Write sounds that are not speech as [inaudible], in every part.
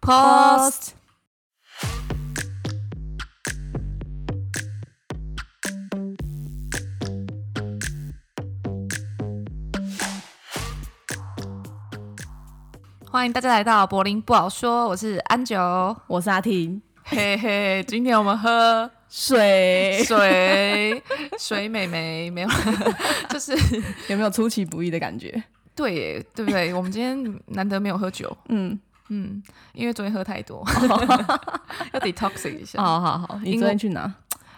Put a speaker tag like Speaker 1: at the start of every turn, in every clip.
Speaker 1: Post。欢迎大家来到柏林不好说，我是安九，
Speaker 2: 我是阿婷，
Speaker 1: 嘿嘿，今天我们喝
Speaker 2: 水
Speaker 1: 水水美眉没有， [laughs] 就是
Speaker 2: 有没有出其不意的感觉？
Speaker 1: 对耶，对不对？我们今天难得没有喝酒，
Speaker 2: 嗯，
Speaker 1: 嗯，因为昨天喝太多， [laughs] 要 detox 一下。
Speaker 2: 好好好，你
Speaker 1: 因
Speaker 2: 昨
Speaker 1: 为
Speaker 2: 天去哪？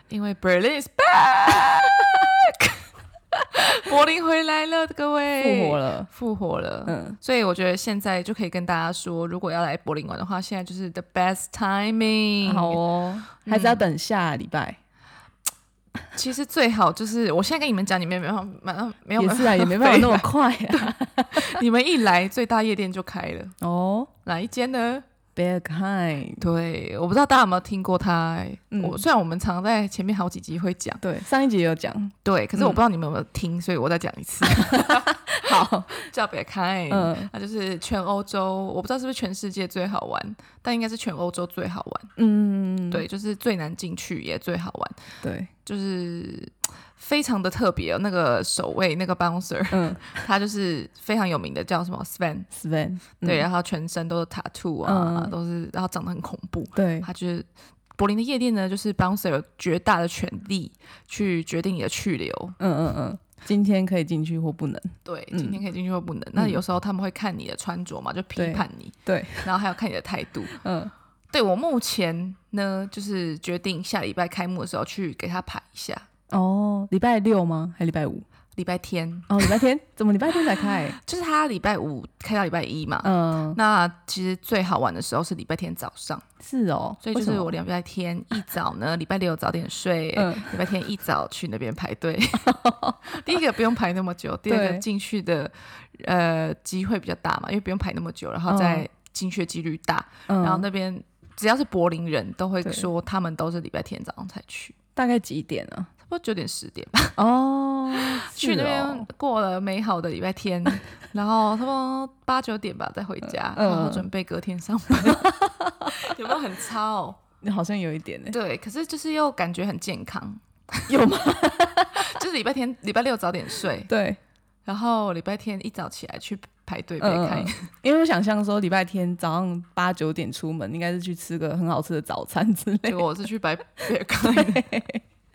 Speaker 1: 因为 Berlin is [laughs] back，柏林回来了，各位
Speaker 2: 复活，了，
Speaker 1: 复活了。
Speaker 2: 嗯，
Speaker 1: 所以我觉得现在就可以跟大家说，如果要来柏林玩的话，现在就是 the best timing。
Speaker 2: 好哦，
Speaker 1: 嗯
Speaker 2: 还是要等下礼拜，
Speaker 1: 其实最好就是我现在跟你们讲，你们也没办法，马上没有
Speaker 2: 也
Speaker 1: 办
Speaker 2: 是
Speaker 1: 法，
Speaker 2: 啊，也没办法那么快啊。
Speaker 1: [laughs] 你们一来最大夜店就开了，
Speaker 2: 哦
Speaker 1: 哪一间呢？
Speaker 2: ，Bear Kind，
Speaker 1: 对，我不知道大家有没有听过它、欸。
Speaker 2: 嗯
Speaker 1: 我虽然我们常在前面好几集会讲，
Speaker 2: 对，上一集也有讲，
Speaker 1: 对，可是我不知道你们有没有听，所以我再讲一次。
Speaker 2: [laughs] 好，
Speaker 1: 叫别开，嗯，
Speaker 2: 嗯
Speaker 1: 那就是全欧洲，我不知道是不是全世界最好玩，但应该是全欧洲最好玩。
Speaker 2: 嗯，
Speaker 1: 对，就是最难进去也最好玩，
Speaker 2: 对，
Speaker 1: 就是非常的特别哦、那个守卫那个 bouncer，
Speaker 2: 嗯
Speaker 1: [laughs] 他就是非常有名的，叫什么 Sven，
Speaker 2: ，Sven，嗯
Speaker 1: 对，啊然后全身都是 tattoo 啊，
Speaker 2: 嗯
Speaker 1: 都是，然后长得很恐怖，
Speaker 2: 对，
Speaker 1: 他就是。柏林的夜店呢，就是 bouncer 有绝大的权利去决定你的去留。
Speaker 2: 嗯嗯嗯，今天可以进去或不能，
Speaker 1: 对，
Speaker 2: 嗯
Speaker 1: 今天可以进去或不能。那有时候他们会看你的穿着嘛，就批
Speaker 2: 对
Speaker 1: 判你。
Speaker 2: 对，
Speaker 1: 然后还有看你的态度。
Speaker 2: 嗯，
Speaker 1: 对我目前呢，就是决定下礼拜开幕的时候去给他排一下，
Speaker 2: 哦，礼拜六吗？还礼拜五？
Speaker 1: 礼拜天，
Speaker 2: 哦，礼拜天？ [laughs] 怎么礼拜天才
Speaker 1: [laughs]
Speaker 2: 开？
Speaker 1: 就是他礼拜五开到礼拜一嘛。
Speaker 2: 嗯，
Speaker 1: 那其实最好玩的时候是礼拜天早上，
Speaker 2: 是哦，
Speaker 1: 所以就
Speaker 2: 为什
Speaker 1: 是
Speaker 2: 么
Speaker 1: 我礼拜天一早
Speaker 2: [laughs]
Speaker 1: 呢，礼拜六早点睡，
Speaker 2: 嗯
Speaker 1: 礼拜天一早去那边排
Speaker 2: [laughs]
Speaker 1: 队。第一个不用排那么久，第二个
Speaker 2: 对
Speaker 1: 进去的呃机会比较大嘛，因为不用排那么久，然后再进去的几率大。
Speaker 2: 嗯
Speaker 1: 然后那边只要是柏林人都会
Speaker 2: 对
Speaker 1: 说他们都是礼拜天早上才去，
Speaker 2: 大概几点啊？
Speaker 1: 差不多九点十点吧，
Speaker 2: 哦，
Speaker 1: 去那
Speaker 2: 是哦
Speaker 1: 边过了美好的礼拜
Speaker 2: [laughs]
Speaker 1: 天，然后差不多八九点吧再回家，
Speaker 2: 嗯
Speaker 1: 然后准备隔天上班， [laughs] 有没有很
Speaker 2: [laughs]
Speaker 1: 超？
Speaker 2: 好像有一点欸呢、
Speaker 1: 对，可是就是又感觉很健康，
Speaker 2: 有吗？
Speaker 1: [laughs] 就是礼拜天、礼拜六早点睡，
Speaker 2: 对，
Speaker 1: 然后礼拜天一早起来去排队被
Speaker 2: 嗯
Speaker 1: 开
Speaker 2: 嗯，因为我想象说礼拜天早上八九点出门，应该是去吃个很好吃的早餐之类
Speaker 1: 结 [laughs]
Speaker 2: 的。
Speaker 1: 果我是去白别开的。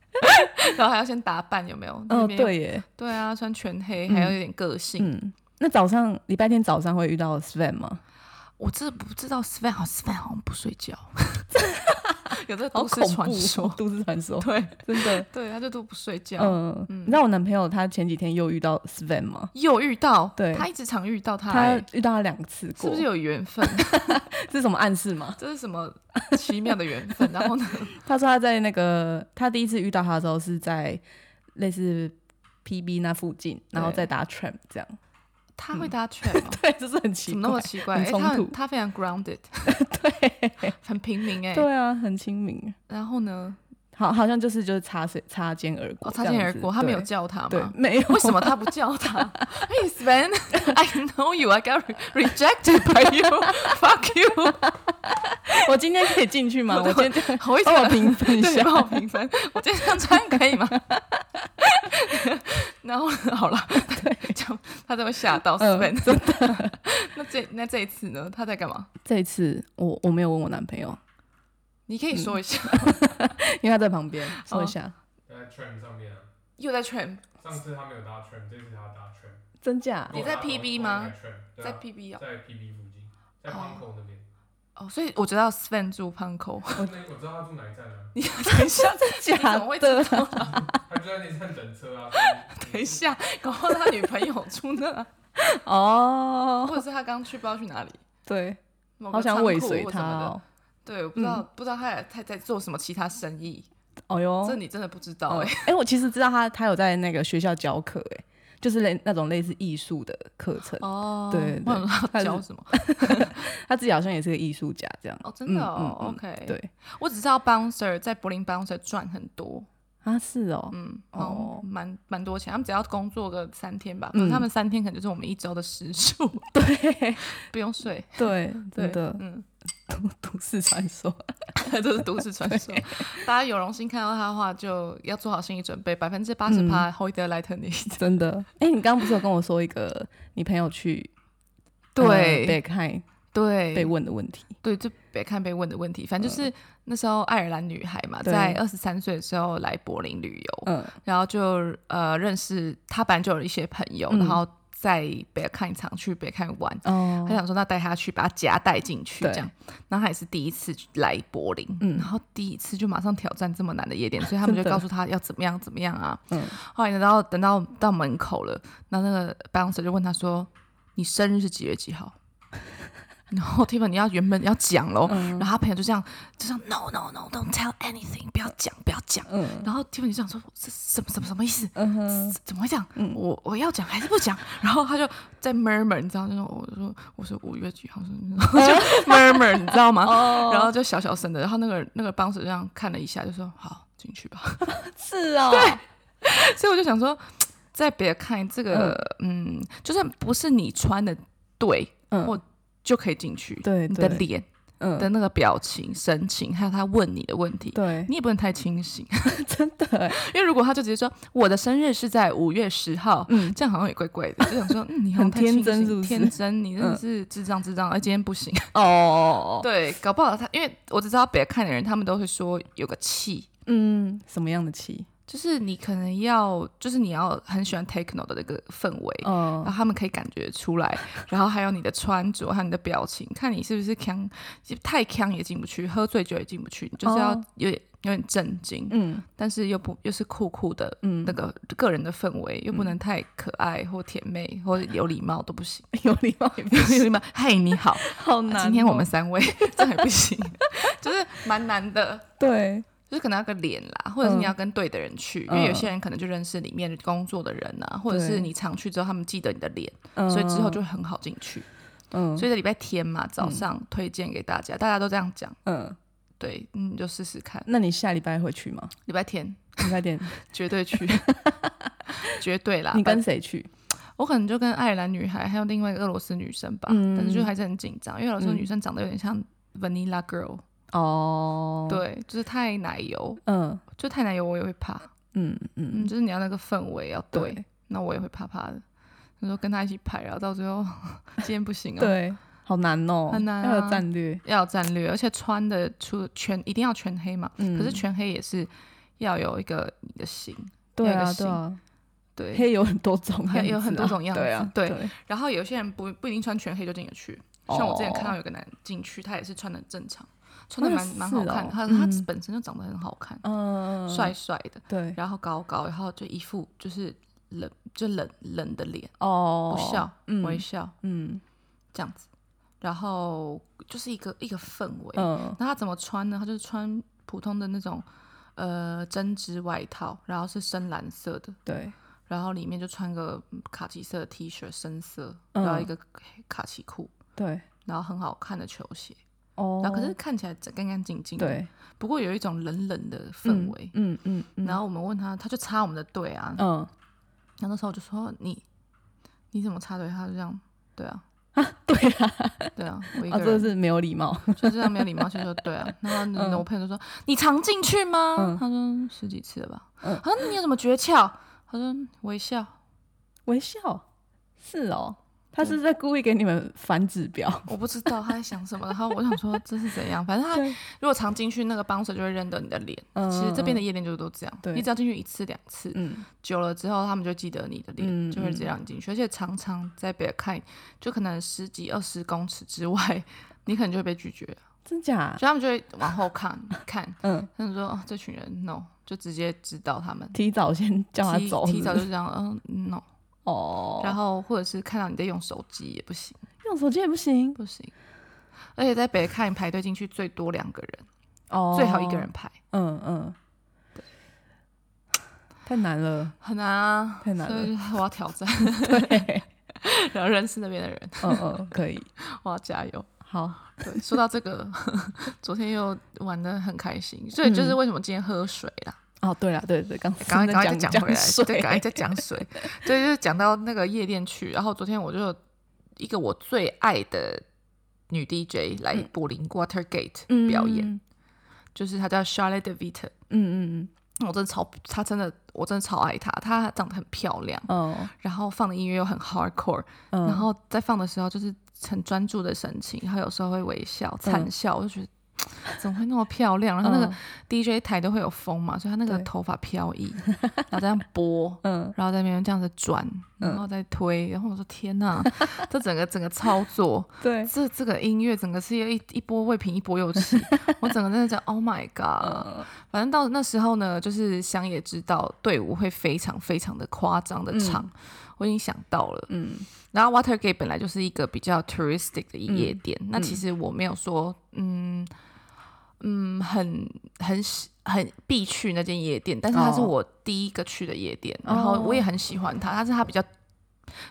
Speaker 1: [laughs] 然后还要先打扮，有没有？那
Speaker 2: 嗯，
Speaker 1: 边
Speaker 2: 对耶，
Speaker 1: 哦对啊，穿全黑，还要有点个性。
Speaker 2: 嗯，那早上礼拜天早上会遇到 Sven 吗？
Speaker 1: 我真的不知道 Sven 好 Sven 好像不睡觉，
Speaker 2: [laughs]
Speaker 1: 有这个 [laughs] 都市传
Speaker 2: 哦 [laughs]
Speaker 1: 说，
Speaker 2: 都市传说，
Speaker 1: 对
Speaker 2: 真的。
Speaker 1: [laughs] 对，他就都不睡觉。
Speaker 2: 嗯，你知道我男朋友他前几天又遇到 Sven 吗？
Speaker 1: 又遇到，
Speaker 2: 对
Speaker 1: 他一直常遇到他、
Speaker 2: 他
Speaker 1: 欸，
Speaker 2: 遇到他两次
Speaker 1: 是
Speaker 2: 过，
Speaker 1: 不是有缘分？
Speaker 2: 这是什么暗示吗？
Speaker 1: 这是什么奇妙的缘分？然后呢，
Speaker 2: 他说他在那个他第一次遇到他的时候是在类似 PB 那附近，然后
Speaker 1: 对
Speaker 2: 再搭 tram 这样。
Speaker 1: 他会
Speaker 2: [laughs]
Speaker 1: 搭圈、哦，
Speaker 2: 对，就是嗯很奇
Speaker 1: 怎么
Speaker 2: 怪，
Speaker 1: 那么奇怪？
Speaker 2: 很
Speaker 1: 欸
Speaker 2: 冲
Speaker 1: 他很
Speaker 2: 突
Speaker 1: 他非常
Speaker 2: [laughs]
Speaker 1: grounded，对，很平民哎、
Speaker 2: 对啊，很亲民。
Speaker 1: 然后呢，
Speaker 2: 好，好像就是就是擦水擦肩而过
Speaker 1: 哦，
Speaker 2: 这
Speaker 1: 擦
Speaker 2: 样子，
Speaker 1: 肩而过，他没有
Speaker 2: 对
Speaker 1: 叫他
Speaker 2: 对
Speaker 1: 吗，？
Speaker 2: 没有。 [laughs]
Speaker 1: 为什么他不叫他？Hey Sven，I know you. I got rejected by you. [laughs] Fuck you.
Speaker 2: 我今天可以进
Speaker 1: [laughs]
Speaker 2: 去吗？我今天这样
Speaker 1: 好一啊直
Speaker 2: 帮我评分一
Speaker 1: 对，
Speaker 2: 下。
Speaker 1: 帮我评分。我这样穿可以吗？ [laughs] 然后好了，对， [laughs] 就他都会吓到四 [laughs]
Speaker 2: 嗯
Speaker 1: 分、那这那这一次呢？他在干嘛？
Speaker 2: [laughs] 这一次我我没有问我男朋友，
Speaker 1: 你
Speaker 2: 嗯
Speaker 1: 可以说一下， [laughs]
Speaker 2: 因为他在旁边，说
Speaker 1: 哦
Speaker 2: 一下，
Speaker 3: 在 tram 上面啊。
Speaker 1: 又在 trim，
Speaker 3: 上次他没有搭 tram，这次他搭 tram。
Speaker 2: 真假？
Speaker 1: 啊你在 PB 吗在
Speaker 3: 在
Speaker 1: PB 哦，
Speaker 3: 啊在 PB 附近，在
Speaker 1: 哦
Speaker 3: 港口那
Speaker 1: [laughs]
Speaker 3: 边。
Speaker 1: 哦，所以我知道 Sven 住 p a n k
Speaker 2: [laughs]
Speaker 1: o
Speaker 3: 我我知道他住哪一站啊，
Speaker 1: 你等一下，[laughs] [laughs]
Speaker 2: 真
Speaker 1: 你
Speaker 2: 假
Speaker 1: 怎么会知
Speaker 2: 的？
Speaker 3: 他就在那一站等车啊。所以
Speaker 1: [laughs] 等一下，搞不好他女朋友住那啊，
Speaker 2: [laughs] 哦，
Speaker 1: 或者是他刚去不知道去哪里，
Speaker 2: 对，
Speaker 1: 某个
Speaker 2: 好想
Speaker 1: 仓库
Speaker 2: 尾随
Speaker 1: 或
Speaker 2: 他
Speaker 1: 什么的。
Speaker 2: 哦。
Speaker 1: 对，我不知道，不知道他他在做什么其他生意，
Speaker 2: 哦
Speaker 1: 这
Speaker 2: 哟，
Speaker 1: 你真的不知道
Speaker 2: 哦
Speaker 1: 哎、
Speaker 2: 哎，我其实知道他他有在那个学校教课，哎，就是类那种类似艺术的课程，
Speaker 1: 哦，
Speaker 2: [laughs]
Speaker 1: [laughs]
Speaker 2: 对对
Speaker 1: 我想说
Speaker 2: 他
Speaker 1: 他
Speaker 2: 是
Speaker 1: 教什么？
Speaker 2: 他自己好像也是个艺术家这样。
Speaker 1: 哦，真的
Speaker 2: 嗯
Speaker 1: 哦、
Speaker 2: 嗯嗯
Speaker 1: o k
Speaker 2: 对
Speaker 1: 我只知道 bouncer 在柏林 bouncer 赚很多，
Speaker 2: 啊，是
Speaker 1: [laughs]
Speaker 2: 哦，
Speaker 1: 嗯，
Speaker 2: 哦
Speaker 1: 哦，蛮蛮多钱。他们只要工作个三天吧，
Speaker 2: 嗯
Speaker 1: 可是他们三天可能就是我们一周的时数，
Speaker 2: [laughs] 对
Speaker 1: 不用睡。
Speaker 2: 对，
Speaker 1: 对
Speaker 2: 真的。
Speaker 1: 嗯， [laughs]
Speaker 2: [laughs] 都市传说。
Speaker 1: 这是都市传说。大家有荣幸看到他的话，就要做好心理准备，百分之八
Speaker 2: 嗯
Speaker 1: 十趴会得来疼
Speaker 2: [laughs]
Speaker 1: 你。
Speaker 2: 真的，哎、你刚刚不是有跟我说一个你朋友去呃
Speaker 1: 对
Speaker 2: 被看
Speaker 1: 对
Speaker 2: 被问的问题？
Speaker 1: 对，就别看被问的问题，反正就是那时候爱尔兰女孩嘛，
Speaker 2: 对
Speaker 1: 在二十三岁的时候来柏林旅游，
Speaker 2: 嗯
Speaker 1: 然后就呃认识她，本来就有一些朋友，
Speaker 2: 嗯
Speaker 1: 然后在北看场去北看玩。
Speaker 2: 哦
Speaker 1: 他，想说，那带她去，把她夹带进去，
Speaker 2: 对
Speaker 1: 这样。然后她也是第一次来柏林，
Speaker 2: 嗯
Speaker 1: 然后第一次就马上挑战这么难的夜店，所以他们就
Speaker 2: 真的
Speaker 1: 告诉她要怎么样怎么样啊。
Speaker 2: 嗯，
Speaker 1: 后来等到等到到门口了，那那个 bouncer 就问他说：“你生日是几月几号？” [laughs] 然后 Tiffany 要原本要讲喽，
Speaker 2: 嗯
Speaker 1: 然后他朋友就这样就这样 “No No No Don't tell anything，不要讲不要讲。
Speaker 2: 嗯
Speaker 1: 然后 Tiffany 就想说：“这什么什么什么意思？
Speaker 2: 嗯哼，嗯
Speaker 1: 怎么会这样？我我要讲还是不讲？”然后他就在 murmur，你知道，就说：“我说我说五月几号是？”
Speaker 2: [laughs]
Speaker 1: 就 murmur，你知道吗？
Speaker 2: 哦
Speaker 1: 然后就小小声的，然后那个那个 bouncer 这样看了一下，就说：“好，进去吧。”
Speaker 2: 是哦，对，
Speaker 1: 所以我就想说，再别看这个，嗯就算不是你穿的对，
Speaker 2: 嗯
Speaker 1: 或就可以进去。
Speaker 2: 对
Speaker 1: 你的
Speaker 2: 对
Speaker 1: 脸的
Speaker 2: 嗯，
Speaker 1: 那个表情、神情，还有他问你的问题，
Speaker 2: 对，
Speaker 1: 你也不能太清醒， [laughs]
Speaker 2: 真的欸，
Speaker 1: 因为如果他就直接说我的生日是在五月十号。
Speaker 2: 嗯，
Speaker 1: 这样好像也怪怪的，就想说，嗯，你好像
Speaker 2: 很
Speaker 1: 太清醒
Speaker 2: 天真是不是嗯
Speaker 1: 天真，你真的是智障智障，而哎今天不行。
Speaker 2: 哦，
Speaker 1: 对，搞不好他，因为我只知道别看的人，他们都会说有个气，
Speaker 2: 嗯，什么样的气？
Speaker 1: 就是你可能要，就是你要很喜欢 techno 的那个氛围，然
Speaker 2: 哦，
Speaker 1: 后他们可以感觉出
Speaker 2: [laughs]
Speaker 1: 来，然后还有你的穿着和你的表情，看你是不是强，太强也进不去，喝醉酒也进不去，你就是要
Speaker 2: 哦
Speaker 1: 有点有点震惊，
Speaker 2: 嗯
Speaker 1: 但是又不又是酷酷的
Speaker 2: 嗯
Speaker 1: 那，个个人的氛围，又不能太可爱或甜妹或有礼貌都不
Speaker 2: [laughs]
Speaker 1: 行，
Speaker 2: [laughs] 有礼貌也不
Speaker 1: 有礼
Speaker 2: 行，
Speaker 1: 貌，嗨你好，
Speaker 2: [laughs] 好难哦。
Speaker 1: 今天我们
Speaker 2: [laughs]
Speaker 1: 三位这样也不行，就是蛮难的。
Speaker 2: 对，
Speaker 1: 就是可能要个脸啦，或者是
Speaker 2: 嗯
Speaker 1: 你要跟对的人去，因为有些人可能就认识里面工作的人啊，或者
Speaker 2: 对
Speaker 1: 是你常去之后他们记得你的脸，
Speaker 2: 嗯
Speaker 1: 所以之后就很好进去。
Speaker 2: 嗯
Speaker 1: 所以这礼拜天嘛，早上推荐给大家，大家都这样讲，
Speaker 2: 嗯，
Speaker 1: 对，嗯，就试试看。
Speaker 2: 那你下礼拜会去吗？
Speaker 1: 礼拜天
Speaker 2: 你快 [laughs] 点，
Speaker 1: 绝对去，绝对啦。
Speaker 2: 你跟谁去？
Speaker 1: 我可能就跟爱尔兰女孩还有另外一个俄罗斯女生吧，
Speaker 2: 嗯
Speaker 1: 但是就还是很紧张，因为俄罗斯女生长得有点像 Vanilla Girl，、
Speaker 2: 哦，，
Speaker 1: 对，就是太奶油，
Speaker 2: 嗯
Speaker 1: 就太奶油我也会怕，
Speaker 2: 嗯
Speaker 1: 嗯，
Speaker 2: 嗯，
Speaker 1: 就是你要那个氛围要对，
Speaker 2: 对
Speaker 1: 那我也会怕怕的。你说跟她一起拍，然后到最后 [laughs] 今天不行哦，，
Speaker 2: 对，好难哦，
Speaker 1: 很难啊
Speaker 2: 要有战略。
Speaker 1: 要有战略，而且穿的出全一定要全黑嘛，
Speaker 2: 嗯
Speaker 1: 可是全黑也是要有一个你的型，
Speaker 2: 对
Speaker 1: 有一
Speaker 2: 啊
Speaker 1: 个，
Speaker 2: 对啊，
Speaker 1: 对。
Speaker 2: 黑有很多
Speaker 1: [laughs]
Speaker 2: 种样子啊，
Speaker 1: 有很多种样子
Speaker 2: 对啊，
Speaker 1: 对
Speaker 2: 对，
Speaker 1: 然后有些人不不一定穿全黑就进得去，
Speaker 2: 哦
Speaker 1: 像我之前看到有个男人进去，他也是穿的正常，穿的蛮
Speaker 2: 哦是
Speaker 1: 蛮好看
Speaker 2: 哦
Speaker 1: 的，他
Speaker 2: 嗯
Speaker 1: 他本身就长得很好看，
Speaker 2: 嗯，
Speaker 1: 帅帅的，
Speaker 2: 对，
Speaker 1: 然后高高，然后就一副就是冷就冷冷的脸，
Speaker 2: 哦
Speaker 1: 不，笑
Speaker 2: 嗯
Speaker 1: 微笑
Speaker 2: 嗯
Speaker 1: 这样子，然后就是一个一个氛围。
Speaker 2: 嗯，
Speaker 1: 那他怎么穿呢？他就是穿普通的那种呃针织外套，然后是深蓝色的，
Speaker 2: 对，
Speaker 1: 然后里面就穿个嗯卡其色的 T 恤，深色，
Speaker 2: 嗯
Speaker 1: 然后一个黑卡其裤，
Speaker 2: 对，
Speaker 1: 然后很好看的球鞋，
Speaker 2: 哦，
Speaker 1: 然后可是看起来整干干净净，，
Speaker 2: 对
Speaker 1: 不过有一种冷冷的氛围。
Speaker 2: 嗯嗯嗯，
Speaker 1: 然后我们问他，他就插我们的队啊，
Speaker 2: 嗯，
Speaker 1: 然后那时候我就说你你怎么插队？他就这样，对啊，
Speaker 2: 对啊，
Speaker 1: 对
Speaker 2: [laughs]
Speaker 1: 啊，我一
Speaker 2: 啊，
Speaker 1: 个
Speaker 2: 真的
Speaker 1: 人、
Speaker 2: 是没有礼貌， [laughs]
Speaker 1: 就这样没有礼貌，就说对啊。然后
Speaker 2: 嗯
Speaker 1: 我朋友就说你常进去吗？
Speaker 2: 嗯
Speaker 1: 他说十几次了吧。
Speaker 2: 嗯
Speaker 1: 他说你有什么诀窍？他说微笑。
Speaker 2: 微笑，是哦，他是在故意给你们反指标，
Speaker 1: 我不知道他在想什么，然后我想
Speaker 2: [laughs]
Speaker 1: 说这是怎样，反正他
Speaker 2: 对
Speaker 1: 如果常进去，那个帮手就会认得你的脸。
Speaker 2: 嗯
Speaker 1: 其实这边的夜店就都这样，
Speaker 2: 对
Speaker 1: 你只要进去一次两次，
Speaker 2: 嗯，
Speaker 1: 久了之后他们就记得你的脸，
Speaker 2: 嗯
Speaker 1: 就会直接让你进去。而且常常在别看，就可能十几二十公尺之外，你可能就会被拒绝，
Speaker 2: 真假？
Speaker 1: 就他们就会往后
Speaker 2: [laughs]
Speaker 1: 看看，
Speaker 2: 嗯，
Speaker 1: 他们说、哦、这群人 no，就直接知道他们。
Speaker 2: 提早先叫他
Speaker 1: 提
Speaker 2: 走，
Speaker 1: 提早
Speaker 2: 是
Speaker 1: 就这样，嗯，no，
Speaker 2: 不是 [laughs] 哦，
Speaker 1: 然后或者是看到你在用手机也不行。
Speaker 2: 用手机也不行，
Speaker 1: 不行。而且在北看排队进去最多两个人，
Speaker 2: 哦，
Speaker 1: 最好一个人，排，
Speaker 2: 嗯嗯，太难了，
Speaker 1: 很难啊，
Speaker 2: 太难了
Speaker 1: 所以就是我要挑战， [laughs]
Speaker 2: [laughs] 对，
Speaker 1: 然后认识那边的人，
Speaker 2: 嗯
Speaker 1: [laughs]
Speaker 2: 嗯，可以，
Speaker 1: 我要加油。
Speaker 2: 好，
Speaker 1: 对，说到这个， [laughs] 昨天又玩的很开心，所以就是
Speaker 2: 嗯
Speaker 1: 为什么今天喝水啦，
Speaker 2: 哦，对了，对对，刚
Speaker 1: 赶
Speaker 2: 刚
Speaker 1: 快赶快再
Speaker 2: 讲
Speaker 1: 讲回来，对，
Speaker 2: 水
Speaker 1: 赶快再讲水，对，就是讲到那个夜店去，然后昨天我就一个我最爱的。女 DJ 来
Speaker 2: 嗯
Speaker 1: 柏林 Watergate
Speaker 2: [laughs] 嗯
Speaker 1: 表演，
Speaker 2: 嗯
Speaker 1: 就是她叫 Charlotte De Vita，
Speaker 2: 嗯
Speaker 1: 我真的超，她真的我真的超爱她，她长得很漂亮，
Speaker 2: 嗯哦，
Speaker 1: 然后放的音乐又很 hardcore，、
Speaker 2: 嗯
Speaker 1: 然后在放的时候就是很专注的神情，然后有时候会微笑、灿笑，我就觉得。怎么会那么漂亮？然后那个
Speaker 2: 嗯
Speaker 1: DJ 台都会有风嘛，所以她那个
Speaker 2: 对
Speaker 1: 头发飘逸，然后这样拨，
Speaker 2: 嗯
Speaker 1: 然后在那边这样子转，然后再推，然后我说天呐， [laughs] 这整个整个操作，
Speaker 2: 对，
Speaker 1: 这这个音乐整个是一一波未平一波又起， [laughs] 我整个真的叫 Oh my God！
Speaker 2: 嗯
Speaker 1: 反正到那时候呢，就是想也知道队伍会非常非常的夸张的唱，我已经想到了。
Speaker 2: 嗯
Speaker 1: 然后 Watergate 本来就是一个比较 touristic 的夜店，那
Speaker 2: 嗯
Speaker 1: 其实我没有说，嗯嗯，很很喜很必去那间夜店，但是它是
Speaker 2: 哦
Speaker 1: 我第一个去的夜店，
Speaker 2: 哦
Speaker 1: 然后我也很喜欢它，但是它比较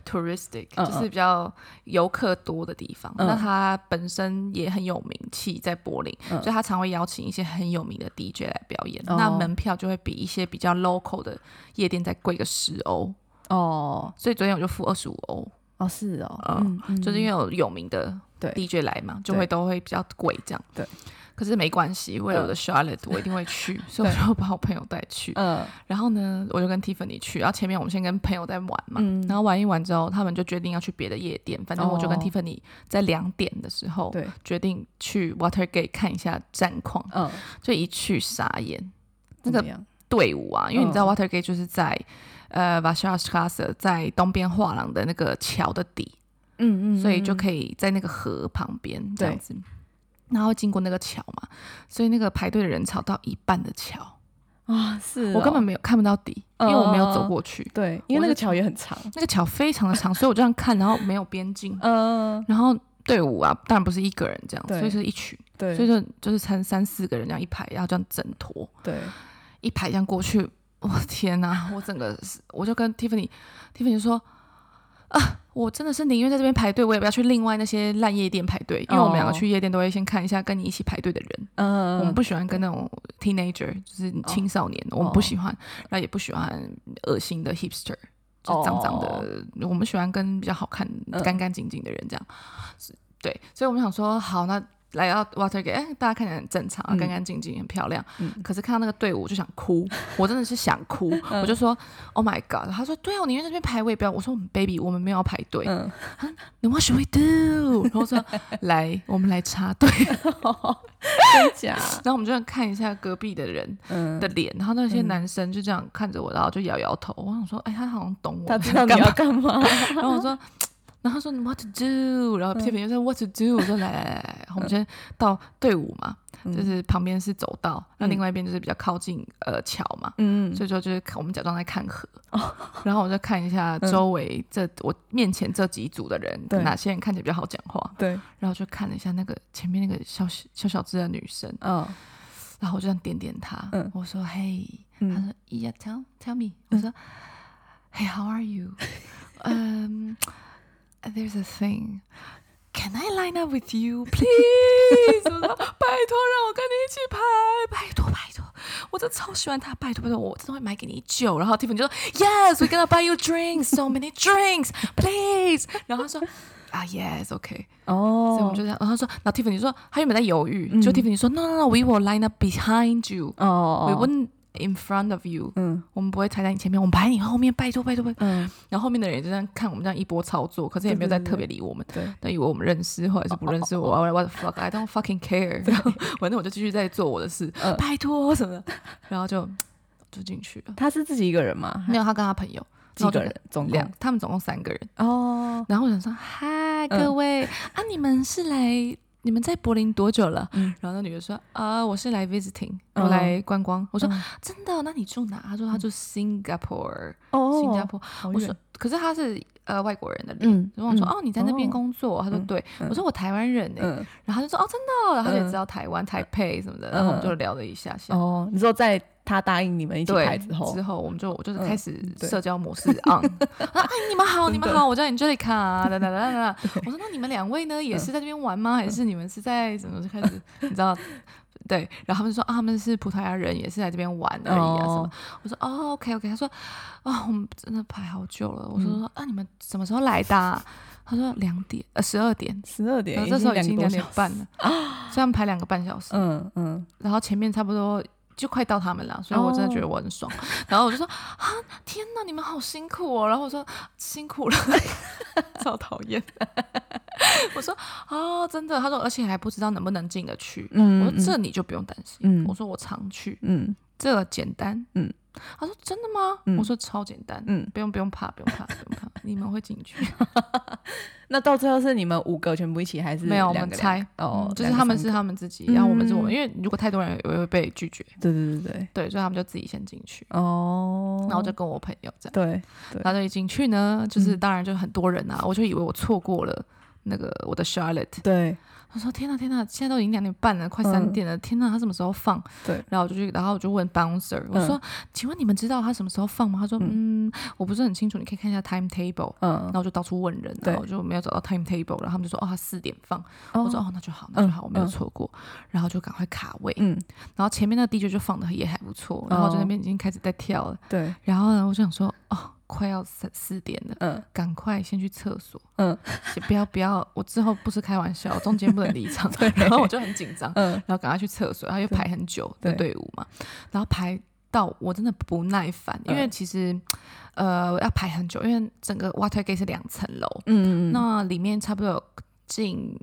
Speaker 1: touristic，、
Speaker 2: 嗯嗯
Speaker 1: 就是比较游客多的地方。
Speaker 2: 嗯
Speaker 1: 那它本身也很有名气在柏林，
Speaker 2: 嗯
Speaker 1: 所以它常会邀请一些很有名的 DJ 来表演，
Speaker 2: 哦
Speaker 1: 那门票就会比一些比较 local 的夜店再贵个十欧，
Speaker 2: 哦
Speaker 1: 所以昨天我就付二十五欧。
Speaker 2: 哦是哦，
Speaker 1: 嗯
Speaker 2: 嗯，
Speaker 1: 就是因为
Speaker 2: 为
Speaker 1: 有有名的
Speaker 2: 对
Speaker 1: DJ 来嘛，就会
Speaker 2: 对
Speaker 1: 都会比较贵这样。
Speaker 2: 对，
Speaker 1: 可是没关系，为了我的 Charlotte，我一定会
Speaker 2: [laughs]
Speaker 1: 去，所以我就把我朋友带去。
Speaker 2: 嗯
Speaker 1: 然后呢，我就跟 Tiffany 去，然后前面我们先跟朋友在玩嘛，
Speaker 2: 嗯
Speaker 1: 然后玩一玩之后，他们就决定要去别的夜店。反正我就跟
Speaker 2: 哦
Speaker 1: Tiffany 在两点的时候
Speaker 2: 对
Speaker 1: 决定去 Watergate 看一下战况，
Speaker 2: 嗯
Speaker 1: 就一去傻眼。那
Speaker 2: 怎
Speaker 1: 个
Speaker 2: 么样
Speaker 1: 队伍啊，因为你知道
Speaker 2: 嗯
Speaker 1: Watergate 就是在、呃 v a s h a r s t r a s s e 在东边画廊的那个桥的底，
Speaker 2: 嗯嗯，
Speaker 1: 所以就
Speaker 2: 以
Speaker 1: 可以在那个河旁边这
Speaker 2: 对
Speaker 1: 样子，然后经过那个桥嘛，所以那个排队的人潮到一半的桥，
Speaker 2: 啊是哦，嗯
Speaker 1: 我根本没有看不到底，因为我没有走过去。
Speaker 2: 对，因
Speaker 1: 我
Speaker 2: 为那
Speaker 1: 是
Speaker 2: 个桥也很长，
Speaker 1: 那个桥非常的长，所以我这样看，然后没有边境，
Speaker 2: 嗯
Speaker 1: 然后队伍啊，当然不是一个人这样，
Speaker 2: 对
Speaker 1: 所以是一群，
Speaker 2: 对，
Speaker 1: 所以就就是三三四个人这样一排，然后这样挣脱，
Speaker 2: 对
Speaker 1: 一排这样过去，我的天哪、我整个是我就跟 Tiffany，Tiffany 说啊，我真的是宁愿在这边排队，我也不要去另外那些烂夜店排队，因为我们两个
Speaker 2: 哦
Speaker 1: 去夜店都会先看一下跟你一起排队的人，
Speaker 2: 嗯哦
Speaker 1: 我们不喜欢跟那种 teenager，就是青少年，我们不喜欢，然后也不喜欢恶心的 hipster。就脏脏的我们喜欢跟比较好看、
Speaker 2: 哦嗯
Speaker 1: 干干净净的人这样。对，所以我们想说，好，那来到 Watergate，哎，大家看起来很正常啊，
Speaker 2: 嗯
Speaker 1: 干干净净，很漂亮。
Speaker 2: 嗯
Speaker 1: 可是看到那个队伍就想哭，我真的是想
Speaker 2: [laughs]
Speaker 1: 哭，
Speaker 2: 嗯
Speaker 1: 我就说 Oh my God！他说对哦，你愿意在这边排，我也不要。我说 Baby，我们没有要排队。
Speaker 2: 嗯
Speaker 1: Then what should we do？然后我说来，我们来插队。 [laughs]
Speaker 2: 真假
Speaker 1: 然后我们就看一下隔壁的人
Speaker 2: 嗯
Speaker 1: 的脸，然后那些男生就这样看着我，然后就摇摇头。我想说，哎，他好像懂我，
Speaker 2: 他知道你
Speaker 1: 干嘛
Speaker 2: 要干
Speaker 1: [laughs]
Speaker 2: 嘛，嗯
Speaker 1: 然后我说，然后他说 what to do，然后 Tiffany 就说 what to do，我说来来来来，我们先到队伍嘛，
Speaker 2: 嗯
Speaker 1: 就是旁边是走道，那
Speaker 2: 嗯
Speaker 1: 另外一边就是比较靠近呃桥嘛。
Speaker 2: 嗯哦
Speaker 1: 所以说就是看我们假装在看河， [laughs] 然后我就看一下周围这、我面前这几组的人，
Speaker 2: 嗯对
Speaker 1: 哪些人看起来比较好讲话，
Speaker 2: 对
Speaker 1: 然后就看了一下那个前面那个小小小只的女生，
Speaker 2: 哦
Speaker 1: 然后我就这样点点她，
Speaker 2: 嗯
Speaker 1: 我说嘿，
Speaker 2: 嗯
Speaker 1: 他说：“Yeah, tell tell me。”我说：“Hey, how are
Speaker 2: [laughs]
Speaker 1: you? Um, there's a thing. Can I line up with
Speaker 2: [laughs]
Speaker 1: you, please？” 我说：“拜托，让我跟你一起拍，拜托拜托，我真的超喜欢他，拜托拜托，我真的会买给你酒。”然后 Tiffany 就说：“Yes, we're gonna buy you drinks, so many drinks, please。”然后他说。啊、y e s o k 所以我
Speaker 2: 哦
Speaker 1: 们就这样。然后他说，然后 Tiffany 说，他原本在犹豫，
Speaker 2: 嗯
Speaker 1: 就 Tiffany 说，No, no, no, we will line up behind you。
Speaker 2: 哦
Speaker 1: We wouldn't in front of you，、
Speaker 2: 嗯
Speaker 1: 我们不会踩在你前面，我们排你后面，拜托拜托拜托。
Speaker 2: 嗯
Speaker 1: 然后后面的人也就这样看我们这样一波操作，可是也没有在
Speaker 2: 对对对哦
Speaker 1: 特别理我们，
Speaker 2: 对
Speaker 1: 那以为我们认识或者是不认识我、w h a t the fuck，I don't fucking care。然后 [laughs] 反正我就继续在做我的事，
Speaker 2: 嗯
Speaker 1: 拜托什么的，然后就就进去了。
Speaker 2: 他是自己一个人吗？
Speaker 1: 没有，哦他跟他朋友
Speaker 2: 几个人总
Speaker 1: 两
Speaker 2: 共？，
Speaker 1: 他们总共三个人。
Speaker 2: 哦，
Speaker 1: 然后我想说，嗨，
Speaker 2: 嗯
Speaker 1: 各位、啊，你们是来，你们在柏林多久了？
Speaker 2: 嗯
Speaker 1: 然后那女的说，啊、我是来 visiting，
Speaker 2: 嗯
Speaker 1: 我来观光。我说，
Speaker 2: 嗯
Speaker 1: 真的哦、那你住哪？她说她住 Singapore，、
Speaker 2: 哦
Speaker 1: 新加坡。
Speaker 2: 好
Speaker 1: 我
Speaker 2: 远
Speaker 1: 说，可是她是呃外国人的脸。
Speaker 2: 嗯，
Speaker 1: 然后我说、
Speaker 2: 嗯
Speaker 1: 哦，你在那边
Speaker 2: 哦
Speaker 1: 工作？她说
Speaker 2: 嗯
Speaker 1: 对。
Speaker 2: 嗯
Speaker 1: 我说我台湾人呢、
Speaker 2: 嗯
Speaker 1: 然后她就说哦，真的哦、然后她就也
Speaker 2: 嗯
Speaker 1: 知道台湾、台北什么的。然后我们
Speaker 2: 嗯
Speaker 1: 就聊了一下下。
Speaker 2: 哦，你说在他答应你们一起
Speaker 1: 对
Speaker 2: 拍之后，
Speaker 1: 我们就我就是
Speaker 2: 嗯
Speaker 1: 开始
Speaker 2: 对
Speaker 1: 社交模
Speaker 2: [laughs]
Speaker 1: 式 on，啊，哎，你们好，你们好，我叫 Angelica，啊哒哒
Speaker 2: [laughs]
Speaker 1: 哒哒哒。我说那你们两位呢，
Speaker 2: 嗯
Speaker 1: 也是在这边玩吗？还是你们是在什么就开始，你知道？ [laughs] 对，然后他们就说啊，他们是葡萄牙人，也是来这边玩而已啊，什么
Speaker 2: 哦？，
Speaker 1: 我说哦，OK OK，他说啊、我们真的排好久了。我说、
Speaker 2: 嗯
Speaker 1: 啊，你们什么时候来的啊、他说两点，呃，十二点。
Speaker 2: 十二点
Speaker 1: 然后
Speaker 2: 已
Speaker 1: 这时
Speaker 2: 经
Speaker 1: 候已
Speaker 2: 两
Speaker 1: 经
Speaker 2: 个
Speaker 1: 两
Speaker 2: 多
Speaker 1: 点
Speaker 2: 小时，
Speaker 1: 半了，所以他们排两个半小时，
Speaker 2: 嗯嗯，
Speaker 1: 然后前面差不多就快到他们了，所以我真的
Speaker 2: 哦
Speaker 1: 觉得我很爽。 [laughs] 然后我就说啊，天哪，你们好辛苦哦！然后我说辛苦了， [laughs] 超讨厌。 [laughs] 我说哦，真的。他说而且还不知道能不能进得去。
Speaker 2: 嗯
Speaker 1: 我说这你就不用担心。
Speaker 2: 嗯
Speaker 1: 我说我常去，
Speaker 2: 嗯
Speaker 1: 这个简单。
Speaker 2: 嗯，
Speaker 1: 他说真的吗？
Speaker 2: 嗯
Speaker 1: 我说超简单。
Speaker 2: 嗯，
Speaker 1: 不用不用怕，不用怕，不
Speaker 2: [laughs]
Speaker 1: 用怕，你们会进去。
Speaker 2: 那到最后是你们五个全部一起还是
Speaker 1: 没有，我
Speaker 2: 两
Speaker 1: 们
Speaker 2: 个
Speaker 1: 猜
Speaker 2: 两个哦
Speaker 1: 嗯，就是
Speaker 2: 两个
Speaker 1: 他们
Speaker 2: 三
Speaker 1: 是
Speaker 2: 个
Speaker 1: 他们自己，然后我们是我们，
Speaker 2: 嗯
Speaker 1: 因为如果太多人也会被拒绝，
Speaker 2: 对对对对
Speaker 1: 对，所以他们就自己先进去，
Speaker 2: 哦，
Speaker 1: 然后就跟我朋友这样，
Speaker 2: 对
Speaker 1: 然后就一进去呢，就是
Speaker 2: 嗯
Speaker 1: 当然就很多人啊，我就以为我错过了。那个我的 Charlotte，
Speaker 2: 对
Speaker 1: 我说天呐天呐，现在都已经两点半了，快三
Speaker 2: 嗯
Speaker 1: 点了，天呐，他什么时候放？
Speaker 2: 对，
Speaker 1: 然后我就去，然后我就问 bouncer，我
Speaker 2: 嗯
Speaker 1: 说，请问你们知道他什么时候放吗？他说，嗯，我不是很清楚，你可以看一下 timetable。
Speaker 2: 嗯
Speaker 1: 然，后我就到处问人，
Speaker 2: 对
Speaker 1: 然后我就没有找到 timetable，然后他们就说哦，他四点放，我说
Speaker 2: 哦
Speaker 1: 哦，那就好，那就好，
Speaker 2: 嗯
Speaker 1: 我没有
Speaker 2: 嗯
Speaker 1: 错过，然后就赶快卡位，
Speaker 2: 嗯哦
Speaker 1: 然后前面那个 DJ 就放的也还不错，然后在那边已经开始在跳了，
Speaker 2: 对
Speaker 1: 然后呢，我就想说哦，快要三四点了，
Speaker 2: 嗯
Speaker 1: 赶快先去厕所，
Speaker 2: 嗯
Speaker 1: 先不要不要，我之后不是开玩笑，中间不能离场
Speaker 2: [laughs] 对，
Speaker 1: 然后我就很紧张，
Speaker 2: 嗯
Speaker 1: 然后赶快去厕所，然后又排很久的
Speaker 2: 对
Speaker 1: 队伍嘛，然后排到我真的不耐烦，因为
Speaker 2: 嗯
Speaker 1: 其实、呃要排很久，因为整个 Water Gate 是两层楼，
Speaker 2: 嗯嗯
Speaker 1: 那里面差不多有近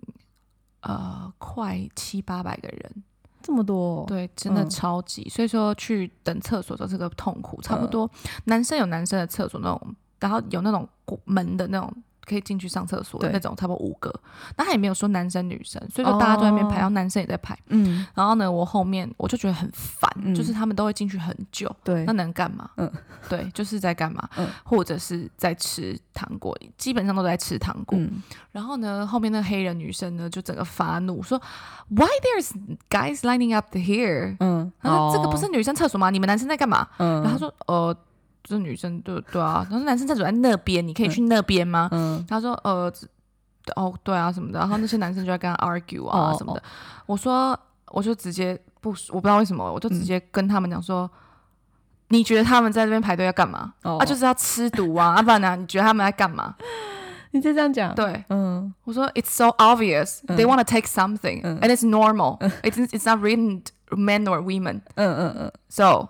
Speaker 1: 呃快七八百个人，
Speaker 2: 这么多
Speaker 1: 对，真的
Speaker 2: 嗯
Speaker 1: 超级，所以说去等厕所的时候是个痛苦，差
Speaker 2: 嗯
Speaker 1: 不多、男生有男生的厕所那种，然后有那种门的那种。可以进去上厕所的
Speaker 2: 对
Speaker 1: 那种，差不多五个。那他也没有说男生女生，所以说大家都在那边排，
Speaker 2: 哦
Speaker 1: 然后男生也在排。
Speaker 2: 嗯
Speaker 1: 然后呢，我后面我就觉得很烦，
Speaker 2: 嗯
Speaker 1: 就是他们都会进去很久，
Speaker 2: 对
Speaker 1: 那能干嘛？
Speaker 2: 嗯，
Speaker 1: 对，就是在干嘛，
Speaker 2: 嗯
Speaker 1: 或者是在吃糖果，基本上都在吃糖果。
Speaker 2: 嗯
Speaker 1: 然后呢，后面那个黑人女生呢，就整个发怒说，Why there's guys lining up here？
Speaker 2: 嗯，
Speaker 1: 她说、啊这个不
Speaker 2: 哦
Speaker 1: 是女生厕所吗？你们男生在干嘛？然
Speaker 2: 嗯，
Speaker 1: 后她说呃，这女生对对啊，她说男生厕所在那边，你可以去那边吗？
Speaker 2: 嗯
Speaker 1: 他说呃，这哦对啊什么的，然后那些男生就在跟他 argue 啊
Speaker 2: 哦
Speaker 1: 什么的。我说我就直接不说，我不知道为什么，我就直接
Speaker 2: 嗯
Speaker 1: 跟他们讲说。你觉得他们在这边排队要干嘛？
Speaker 2: 哦嗯
Speaker 1: 啊，就是要吃毒
Speaker 2: [laughs]
Speaker 1: 啊，啊不然呢？你觉得他们在干嘛？
Speaker 2: 你再这样讲，
Speaker 1: 对
Speaker 2: 嗯
Speaker 1: 我说，It's so obvious they
Speaker 2: 嗯
Speaker 1: want to take something、
Speaker 2: 嗯
Speaker 1: and it's normal. It's it's not written men or women,
Speaker 2: 嗯嗯
Speaker 1: [laughs]
Speaker 2: 嗯，
Speaker 1: so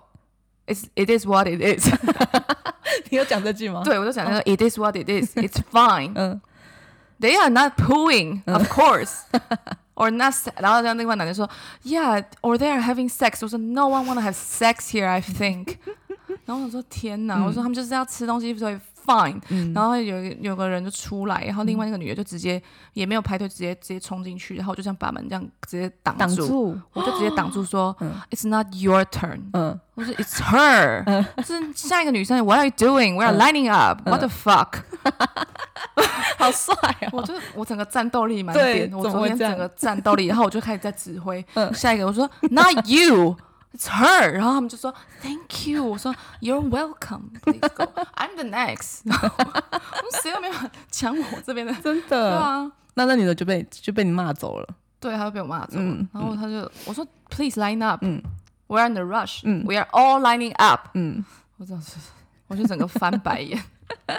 Speaker 1: it's it is what it is 。
Speaker 2: 你有讲这句吗？
Speaker 1: [laughs] 对，我就讲那个、It is what it is. [laughs] It's fine.
Speaker 2: 嗯
Speaker 1: They are not pooing, of [laughs] course. Or not, se- 然后让另外男的说，Yeah, or they are having sex. 我说 No one wanna have sex here, I [laughs] think. 然后我说天哪，我说他们就是要吃东西，所以 fine。
Speaker 2: 嗯
Speaker 1: 然后有一个有个人就出来，然后另外那个女的就直接也没有排队，直接直接冲进去，然后我就这样把门这样直接挡
Speaker 2: 挡
Speaker 1: 住，
Speaker 2: 住，
Speaker 1: 我就直接挡住说
Speaker 2: 嗯
Speaker 1: ，It's not your turn.
Speaker 2: 嗯
Speaker 1: 我说 It's
Speaker 2: [laughs]
Speaker 1: her，、是
Speaker 2: Uh.
Speaker 1: 下一个女生。What are you doing? We are lining up. What the fuck？、
Speaker 2: [laughs] 好帅哦
Speaker 1: 我！就我整个战斗力满
Speaker 2: 对 Uh.
Speaker 1: 点，我
Speaker 2: 怎么
Speaker 1: 昨
Speaker 2: 会
Speaker 1: 天
Speaker 2: 这
Speaker 1: 整
Speaker 2: 样
Speaker 1: 个战斗力，然后我就开始在指
Speaker 2: [laughs]
Speaker 1: 挥、
Speaker 2: 嗯
Speaker 1: 下一个，我说 Not you。It's her，然后他们就说 Thank you，我说 You're welcome。Please go. I'm the next [laughs] 然后。我说谁都没有抢我这边的，
Speaker 2: 真
Speaker 1: 对
Speaker 2: 的，
Speaker 1: 啊，
Speaker 2: 那那女的就被就被你骂走了，
Speaker 1: 对，他就被我骂走。
Speaker 2: 嗯 Mm.
Speaker 1: 然后他就我说 Please line up，We're
Speaker 2: 嗯
Speaker 1: in the rush，、
Speaker 2: 嗯
Speaker 1: We are all lining up。
Speaker 2: 嗯
Speaker 1: 我真的是，我就整个翻白
Speaker 2: [laughs]
Speaker 1: 眼，对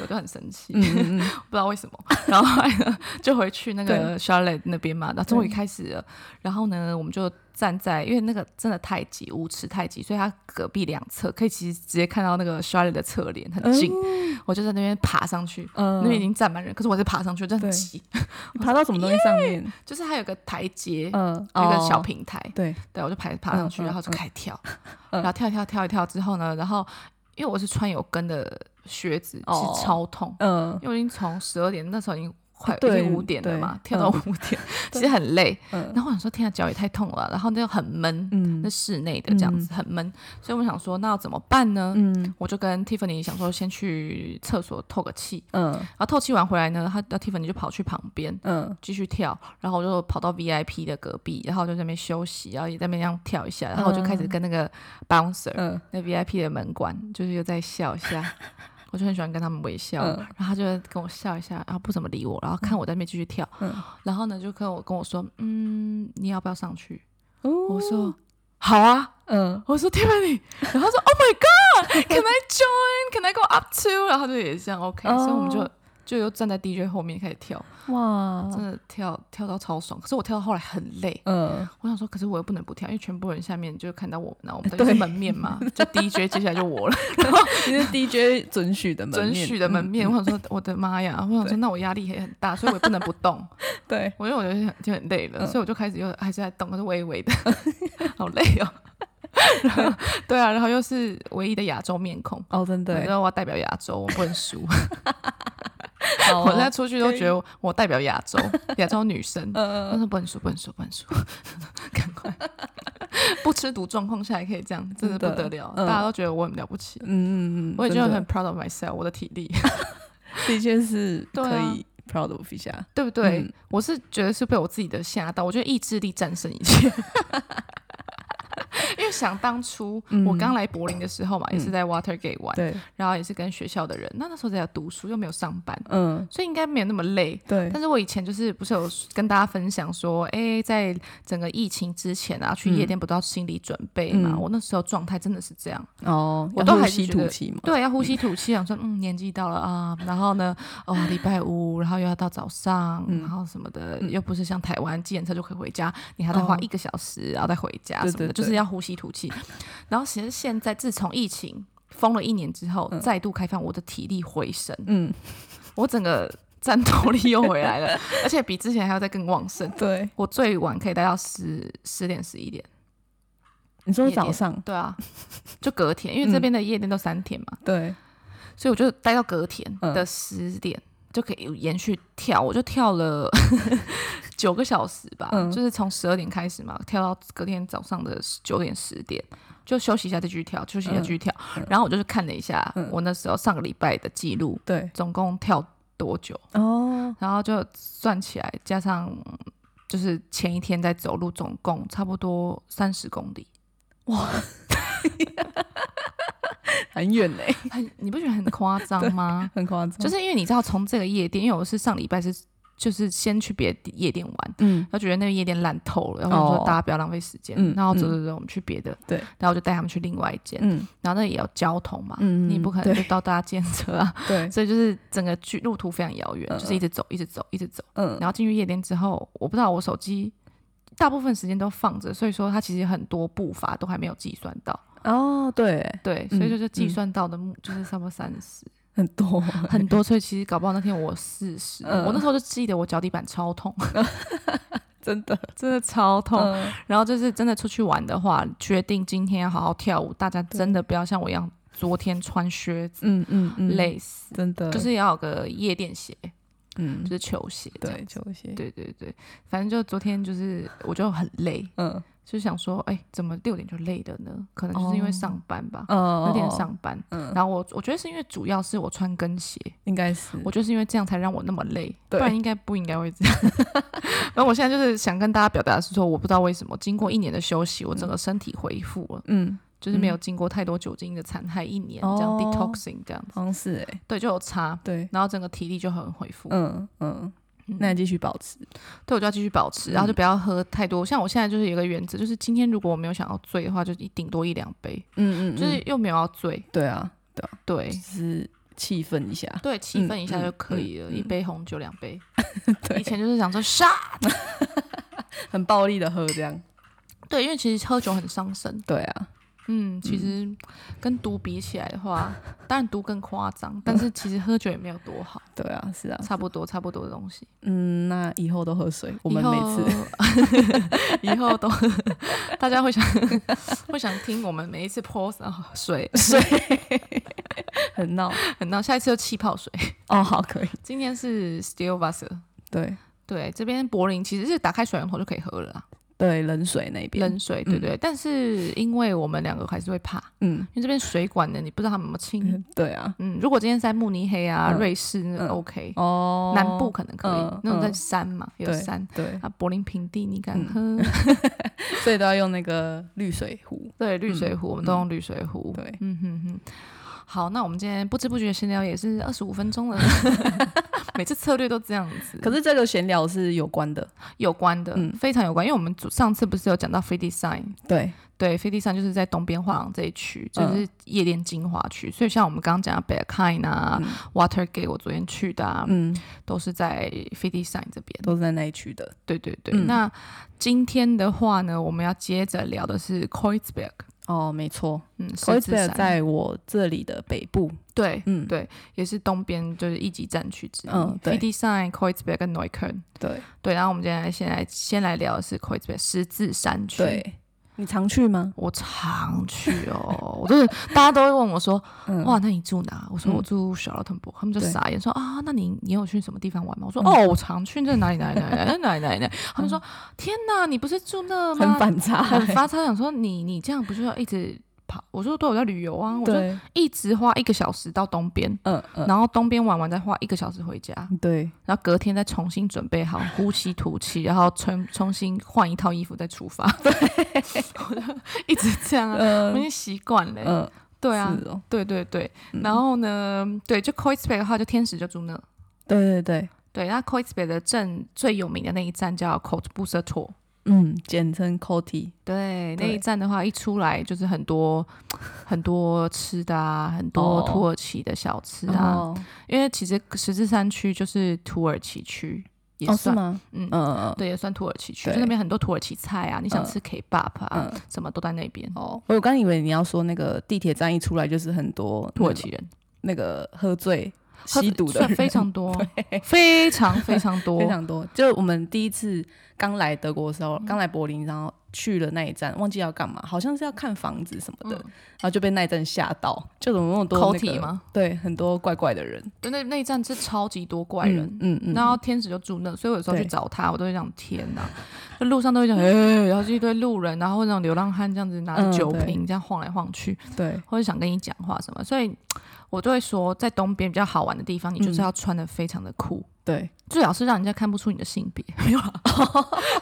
Speaker 1: 我就很生气，
Speaker 2: 嗯嗯
Speaker 1: [laughs]
Speaker 2: 嗯，
Speaker 1: 不知道为什么。然后后来呢，就回去那个 Charlotte 那边嘛，然后终于开始了。然后呢，我们就站在，因为那个真的太挤，无耻太挤，所以它隔壁两侧可以其实直接看到那个 Charlotte 的侧脸，很近。我就在那边爬上去，
Speaker 2: 哦嗯
Speaker 1: 那边已经站满人，可是我还是爬上去，我就很挤，
Speaker 2: 你爬到什么东西上面？
Speaker 1: 就是它有个台阶。
Speaker 2: 嗯，
Speaker 1: 有一个小
Speaker 2: 哦，
Speaker 1: 平台，
Speaker 2: 对，
Speaker 1: 对，我就爬爬上去，
Speaker 2: 嗯嗯
Speaker 1: 然后就开始跳，
Speaker 2: 嗯
Speaker 1: 然后跳一跳跳一跳之后呢，然后因为我是穿有跟的靴子，其
Speaker 2: 哦
Speaker 1: 实超痛，
Speaker 2: 嗯
Speaker 1: 因为我已经从十二点那时候已经快已
Speaker 2: 对
Speaker 1: 经五点了嘛，
Speaker 2: 对
Speaker 1: 跳到五
Speaker 2: [laughs]
Speaker 1: 点，其实很累。
Speaker 2: 嗯
Speaker 1: 然后我想说，天啊，脚也太痛了，然后那又很闷，那
Speaker 2: 嗯
Speaker 1: 室内的这样子很闷，所以我想说，那要怎么办呢？
Speaker 2: 嗯
Speaker 1: 我就跟 Tiffany 想说，先去厕所透个气，
Speaker 2: 嗯
Speaker 1: 然后透气完回来呢，他那 Tiffany 就跑去旁边，
Speaker 2: 嗯
Speaker 1: 继续跳，然后我就跑到 VIP 的隔壁，然后我就在那边休息，然后也在那边这样跳一下，然后我就开始跟那个 bouncer，、
Speaker 2: 嗯
Speaker 1: 那 VIP 的门管就是又在笑一
Speaker 2: [laughs]
Speaker 1: 下，我就很喜欢跟他们微笑，
Speaker 2: 嗯
Speaker 1: 然后他就跟我笑一下，然后不怎么理我，然后看我在那边继续跳，
Speaker 2: 嗯
Speaker 1: 然后呢就跟我跟我说，嗯，你要不要上去？
Speaker 2: 哦
Speaker 1: 我说好啊，
Speaker 2: 嗯
Speaker 1: 我说 Tiffany，然后他说 Oh my God，Can I join？Can I go up to？然后他就也这样 OK，、所以我们就
Speaker 2: 哦
Speaker 1: 就又站在 DJ 后面开始跳，
Speaker 2: 哇，
Speaker 1: 真的跳跳到超爽。可是我跳到后来很累，
Speaker 2: 嗯，
Speaker 1: 我想说，可是我又不能不跳，因为全部人下面就看到我们，然后我们
Speaker 2: 对
Speaker 1: 等于是门面嘛，就 DJ 接下来就我了，
Speaker 2: 你是 DJ 准许的门
Speaker 1: 准
Speaker 2: 面，嗯
Speaker 1: 许的门面。我想说，我的妈呀！我想说，
Speaker 2: 对
Speaker 1: 那我压力也很大，所以我也不能不动。
Speaker 2: 嗯对，
Speaker 1: 我因为我觉得很就很累了，
Speaker 2: 嗯
Speaker 1: 所以我就开始又还是在动，可是微微的， [laughs] 好累哦。然后 [laughs] 对啊，然后又是唯一的亚洲面孔，
Speaker 2: 哦，真
Speaker 1: 然
Speaker 2: 的，
Speaker 1: 后我要代表亚洲，我不能输。
Speaker 2: 好
Speaker 1: 我现在
Speaker 2: 哦
Speaker 1: 出去都觉得我代表亚
Speaker 2: [laughs]
Speaker 1: 洲，亚洲女生。
Speaker 2: 嗯
Speaker 1: 但是不能输，不能输，不能输， [laughs] 赶快！不吃毒状况下还可以这样，真的不
Speaker 2: 真的
Speaker 1: 得了，
Speaker 2: 嗯
Speaker 1: 大家都觉得我很了不起。
Speaker 2: 嗯嗯嗯，
Speaker 1: 我也觉
Speaker 2: 真
Speaker 1: 得
Speaker 2: 的
Speaker 1: 很 proud of myself，我的体
Speaker 2: [laughs]
Speaker 1: 力，
Speaker 2: 的确是
Speaker 1: 对
Speaker 2: 可
Speaker 1: 啊
Speaker 2: 以 proud of 一下。
Speaker 1: 对不对？
Speaker 2: 嗯
Speaker 1: 我是觉得是被我自己的吓到，我觉得意志力战胜一切。 [laughs] 因为想当初、
Speaker 2: 嗯
Speaker 1: 我刚来柏林的时候嘛，也是
Speaker 2: 嗯
Speaker 1: 在 Watergate 玩，
Speaker 2: 对，
Speaker 1: 然后也是跟学校的人，那那时候在读书又没有上班，
Speaker 2: 嗯，
Speaker 1: 所以应该没有那么累。
Speaker 2: 对，
Speaker 1: 但是我以前就是不是有跟大家分享说，哎、在整个疫情之前啊，去夜店不都要心理准备嘛？
Speaker 2: 嗯
Speaker 1: 我那时候状态真的是这样，
Speaker 2: 哦，
Speaker 1: 我
Speaker 2: 要
Speaker 1: 都
Speaker 2: 呼
Speaker 1: 还是
Speaker 2: 吸
Speaker 1: 觉
Speaker 2: 吐
Speaker 1: 得
Speaker 2: 气嘛。
Speaker 1: 对，要呼吸吐气，想说，嗯，年纪到了啊，然后呢，哦，礼拜五，然后又要到早上，
Speaker 2: 嗯
Speaker 1: 然后什么的，
Speaker 2: 嗯
Speaker 1: 又不是像台湾，计程车就可以回家，你还要再花
Speaker 2: 哦
Speaker 1: 一个小时，然后再回家什
Speaker 2: 对
Speaker 1: 么的，
Speaker 2: 对
Speaker 1: 就是
Speaker 2: 对
Speaker 1: 要呼吸吐气。然后其实现在，自从疫情封了一年之后，
Speaker 2: 嗯
Speaker 1: 再度开放，我的体力回升，
Speaker 2: 嗯，
Speaker 1: 我整个战斗力又回来
Speaker 2: [laughs]
Speaker 1: 了，而且比之前还要再更旺盛。
Speaker 2: 对，
Speaker 1: 我最晚可以待到十十点十一点，
Speaker 2: 你说
Speaker 1: 夜店
Speaker 2: 早上，
Speaker 1: 对啊， [laughs] 就隔天，因为
Speaker 2: 嗯
Speaker 1: 这边的夜店都三天嘛，
Speaker 2: 对，
Speaker 1: 所以我就待到隔天
Speaker 2: 嗯
Speaker 1: 的十点、就可以延续跳，我就跳了 [laughs] 九个小时吧，
Speaker 2: 嗯
Speaker 1: 就是从十二点开始嘛，跳到隔天早上的九点十点，就休息一下再继续跳，休息一下继续跳，然后我就是看了一下
Speaker 2: 嗯
Speaker 1: 我那时候上个礼拜的记录，
Speaker 2: 对，
Speaker 1: 总共跳多久，
Speaker 2: 哦，
Speaker 1: 然后就算起来，加上就是前一天在走路，总共差不多三十公里，
Speaker 2: 很远呢，？
Speaker 1: 很哎你不觉得很夸 [laughs] 张吗
Speaker 2: 很夸张。，
Speaker 1: 就是是因为你知道，从这个夜店，因为我是上礼拜是就是先去别的夜店玩。
Speaker 2: 嗯，
Speaker 1: 然后觉得那个夜店烂透了，然后我
Speaker 2: 哦
Speaker 1: 说大家不要浪费时间，
Speaker 2: 嗯
Speaker 1: 然后走走走，我们去别的，
Speaker 2: 对，
Speaker 1: 然后我就带他们去另外一间，
Speaker 2: 嗯，
Speaker 1: 然后那也有交通嘛，
Speaker 2: 嗯嗯
Speaker 1: 你不可能
Speaker 2: 对
Speaker 1: 就到大家见车啊， [laughs]
Speaker 2: 对，
Speaker 1: 所以就是整个距路途非常遥远，
Speaker 2: 嗯
Speaker 1: 就是一直走，一直走，一直走，
Speaker 2: 嗯，
Speaker 1: 然后进去夜店之后，我不知道我手机大部分时间都放着，所以说它其实很多步伐都还没有计算到，
Speaker 2: 哦，对，
Speaker 1: 对，
Speaker 2: 嗯
Speaker 1: 所以就是计算到的目、就是差不多三十
Speaker 2: 很多，
Speaker 1: 很多，所以其实搞不好那天我四十、
Speaker 2: 嗯
Speaker 1: 我那时候就记得我脚底板超痛， [laughs]
Speaker 2: 真的，
Speaker 1: 真的超痛。
Speaker 2: 嗯
Speaker 1: 然后就是真的出去玩的话，决定今天要好好跳舞，大家真的不要像我一样昨天穿靴子、
Speaker 2: 嗯嗯嗯，，
Speaker 1: 累死，
Speaker 2: 真的，
Speaker 1: 就是要有个夜店鞋，
Speaker 2: 嗯
Speaker 1: 就，是球鞋这样。
Speaker 2: 对，球鞋，
Speaker 1: 对对对，反正就昨天就是我就很累，
Speaker 2: 嗯，
Speaker 1: 就想说，哎、怎么六点就累了呢？可能就是因为上班吧，
Speaker 2: 哦，
Speaker 1: 有点上班。
Speaker 2: 嗯
Speaker 1: 然后我我觉得是因为主要是我穿跟鞋，
Speaker 2: 应该是，
Speaker 1: 我就是因为这样才让我那么累，不
Speaker 2: 对
Speaker 1: 然应该不应该会这样。 [laughs] 然后我现在就是想跟大家表达的是说，我不知道为什么经过一年的休息，我整个身体恢复了，
Speaker 2: 嗯，
Speaker 1: 就是没有经过太多酒精的残害，一年
Speaker 2: 哦
Speaker 1: 这样 detoxing 这样子，
Speaker 2: 好像是哎，
Speaker 1: 对，就有差。
Speaker 2: 对，
Speaker 1: 然后整个体力就很恢复，
Speaker 2: 嗯嗯，那你继续保持，
Speaker 1: 对我就要继续保持，然后就
Speaker 2: 嗯
Speaker 1: 不要喝太多。像我现在就是有一个原则，就是今天如果我没有想要醉的话，就一顶多一两杯，
Speaker 2: 嗯嗯，
Speaker 1: 就是又没有要醉，
Speaker 2: 对啊，对啊，
Speaker 1: 对
Speaker 2: 就是气氛一下， [laughs]
Speaker 1: 对，气氛一下就可以了，
Speaker 2: 嗯嗯
Speaker 1: 一杯红酒两杯。
Speaker 2: [laughs] 对
Speaker 1: 以前就是想说杀，
Speaker 2: 很暴力的喝这样，
Speaker 1: 对，因为其实喝酒很伤身，
Speaker 2: 对啊，
Speaker 1: 嗯，其实跟毒比起来的话，当然毒更夸张，但是其实喝酒也没有多好，
Speaker 2: 对啊，是啊，
Speaker 1: 差不多差不多的东西。
Speaker 2: 嗯，那以后都啊喝水，我们
Speaker 1: 以后
Speaker 2: 每次
Speaker 1: [laughs] 以后都大家会想 [laughs] 会想听我们每一次泼
Speaker 2: [laughs]
Speaker 1: 啊 [laughs] 水，
Speaker 2: 很闹，
Speaker 1: 然后下一次就气泡水。
Speaker 2: [laughs] 哦，好，可以，
Speaker 1: 今天是 Steel Wasser，
Speaker 2: 对
Speaker 1: 对，这边柏林其实是打开水龙头就可以喝了啦，
Speaker 2: 对，冷水那边，
Speaker 1: 冷水，对对。但是因为我们两个还是会怕，
Speaker 2: 嗯 [laughs]
Speaker 1: 因为这边水管呢，你不知道他们有没有清。
Speaker 2: 嗯，对啊，
Speaker 1: 嗯，如果今天是在慕尼黑啊、
Speaker 2: 嗯
Speaker 1: 瑞士那
Speaker 2: 嗯
Speaker 1: OK，、
Speaker 2: 哦，
Speaker 1: 南部可能可以，
Speaker 2: 嗯
Speaker 1: 那种在
Speaker 2: 嗯
Speaker 1: 山嘛，有
Speaker 2: 对嗯
Speaker 1: 山
Speaker 2: 对，
Speaker 1: 啊，柏林平地你敢喝？ [laughs]
Speaker 2: 所以都要用那个滤水壶，
Speaker 1: 对，绿水壶、我们都用绿水壶。
Speaker 2: 嗯对
Speaker 1: 嗯哼哼。好，那我们今天不知不觉闲聊也是二十五分钟了， [laughs] 每次策略都这样子。
Speaker 2: 可是这个闲聊是有关的，
Speaker 1: 有关的，
Speaker 2: 嗯
Speaker 1: 非常有关，因为我们主上次不是有讲到 free design，
Speaker 2: 对，
Speaker 1: 对，飞地上就是在东边画廊这一区，
Speaker 2: 嗯
Speaker 1: 就是夜店精华区。所以像我们刚刚讲的 b a c k i n 啊、Watergate，我昨天去的、啊，
Speaker 2: 嗯，
Speaker 1: 都是在飞地上这边。
Speaker 2: 都是在那一区的。
Speaker 1: 对对对。
Speaker 2: 嗯
Speaker 1: 那今天的话呢，我们要接着聊的是 Kreuzberg，
Speaker 2: 哦，没错
Speaker 1: 嗯，十
Speaker 2: k r e u z
Speaker 1: 字
Speaker 2: b e r
Speaker 1: 山
Speaker 2: 在我这里的北部。
Speaker 1: 对，
Speaker 2: 嗯，
Speaker 1: 对也是东边就是一级战区之一。
Speaker 2: 嗯对
Speaker 1: v d s i g n Kreuzberg 跟 Neukölln。
Speaker 2: 对
Speaker 1: 对，然后我们今天来先来先来聊的是 Kreuzberg 十字山区。
Speaker 2: 对，你常去吗？
Speaker 1: 我常去哦，我就是大家都会问我说，
Speaker 2: 嗯
Speaker 1: 哇，那你住哪？我说
Speaker 2: 嗯
Speaker 1: 我住小老屯堡，他们就
Speaker 2: 对
Speaker 1: 傻眼说啊，那你你有去什么地方玩吗？我说
Speaker 2: 嗯
Speaker 1: 哦，我常去这哪里哪里
Speaker 2: [laughs]
Speaker 1: 哪里哪里哪里哪里哪里，他们说天哪，你不是住那
Speaker 2: 很
Speaker 1: 吗？
Speaker 2: 反差欸、
Speaker 1: 很发他想说你你这样不是要一直跑？我说对，我在旅游啊，我就
Speaker 2: 对，
Speaker 1: 一直花一个小时到东边，
Speaker 2: 嗯嗯，
Speaker 1: 然后东边玩完再花一个小时回家，
Speaker 2: 对，
Speaker 1: 然后隔天再重新准备好，呼吸吐气，然后重重新换一套衣服再出发。对， [laughs] 我就一直这样啊，
Speaker 2: 呃
Speaker 1: 我已经习惯了、
Speaker 2: 嗯，
Speaker 1: 对啊，
Speaker 2: 是哦，
Speaker 1: 对对对。
Speaker 2: 嗯
Speaker 1: 然后呢，对，就 c o i t s b e r 的话，就天使就住那。
Speaker 2: 对对对，
Speaker 1: 对，那 c o i t s b e r 的镇最有名的那一站叫 c o t b u s e r Tor。
Speaker 2: 嗯，简称 Coti，
Speaker 1: 对，那
Speaker 2: 对
Speaker 1: 一站的话，一出来就是很多很多吃的啊，很多
Speaker 2: 哦
Speaker 1: 土耳其的小吃啊。
Speaker 2: 哦，
Speaker 1: 因为其实十字山区就是土耳其区，也
Speaker 2: 哦是
Speaker 1: 算、
Speaker 2: 吗？
Speaker 1: 嗯
Speaker 2: 嗯嗯嗯，
Speaker 1: 对，也算土耳其区，
Speaker 2: 对
Speaker 1: 就那边很多土耳其菜啊，你想
Speaker 2: 嗯
Speaker 1: 吃 Kebab 啊，
Speaker 2: 嗯
Speaker 1: 什么都在那边。
Speaker 2: 哦，我刚以为你要说那个地铁站一出来就是很多
Speaker 1: 土耳其人
Speaker 2: 那个喝醉、吸毒的
Speaker 1: 算
Speaker 2: 人
Speaker 1: 非
Speaker 2: [laughs]
Speaker 1: 常多，非常非常多
Speaker 2: 非。常多。就我们第一次刚来德国的时候，
Speaker 1: 嗯
Speaker 2: 刚来柏林，然后去了那一站，忘记要干嘛，好像是要看房子什么的，
Speaker 1: 嗯
Speaker 2: 然后就被那一站吓到，就怎么那么多、那
Speaker 1: Coti
Speaker 2: 个？
Speaker 1: 吗？
Speaker 2: 对，很多怪怪的人，
Speaker 1: 对，那那一站是超级多怪人。
Speaker 2: 嗯嗯，
Speaker 1: 然后天使就住那，所以我有时候去
Speaker 2: 对
Speaker 1: 找他，我都会想天哪， [laughs] 就路上都会讲哎、然后就一堆路人，然后那种流浪汉这样子拿着
Speaker 2: 嗯
Speaker 1: 酒
Speaker 2: 对
Speaker 1: 瓶、这样晃来晃去，
Speaker 2: 对，
Speaker 1: 或者想跟你讲话什么，所以我就会说，在东边比较好玩的地方，你就是
Speaker 2: 嗯
Speaker 1: 要穿的非常的酷，
Speaker 2: 对，
Speaker 1: 最好是让人家看不出你的性别， [laughs] 没有啦，啊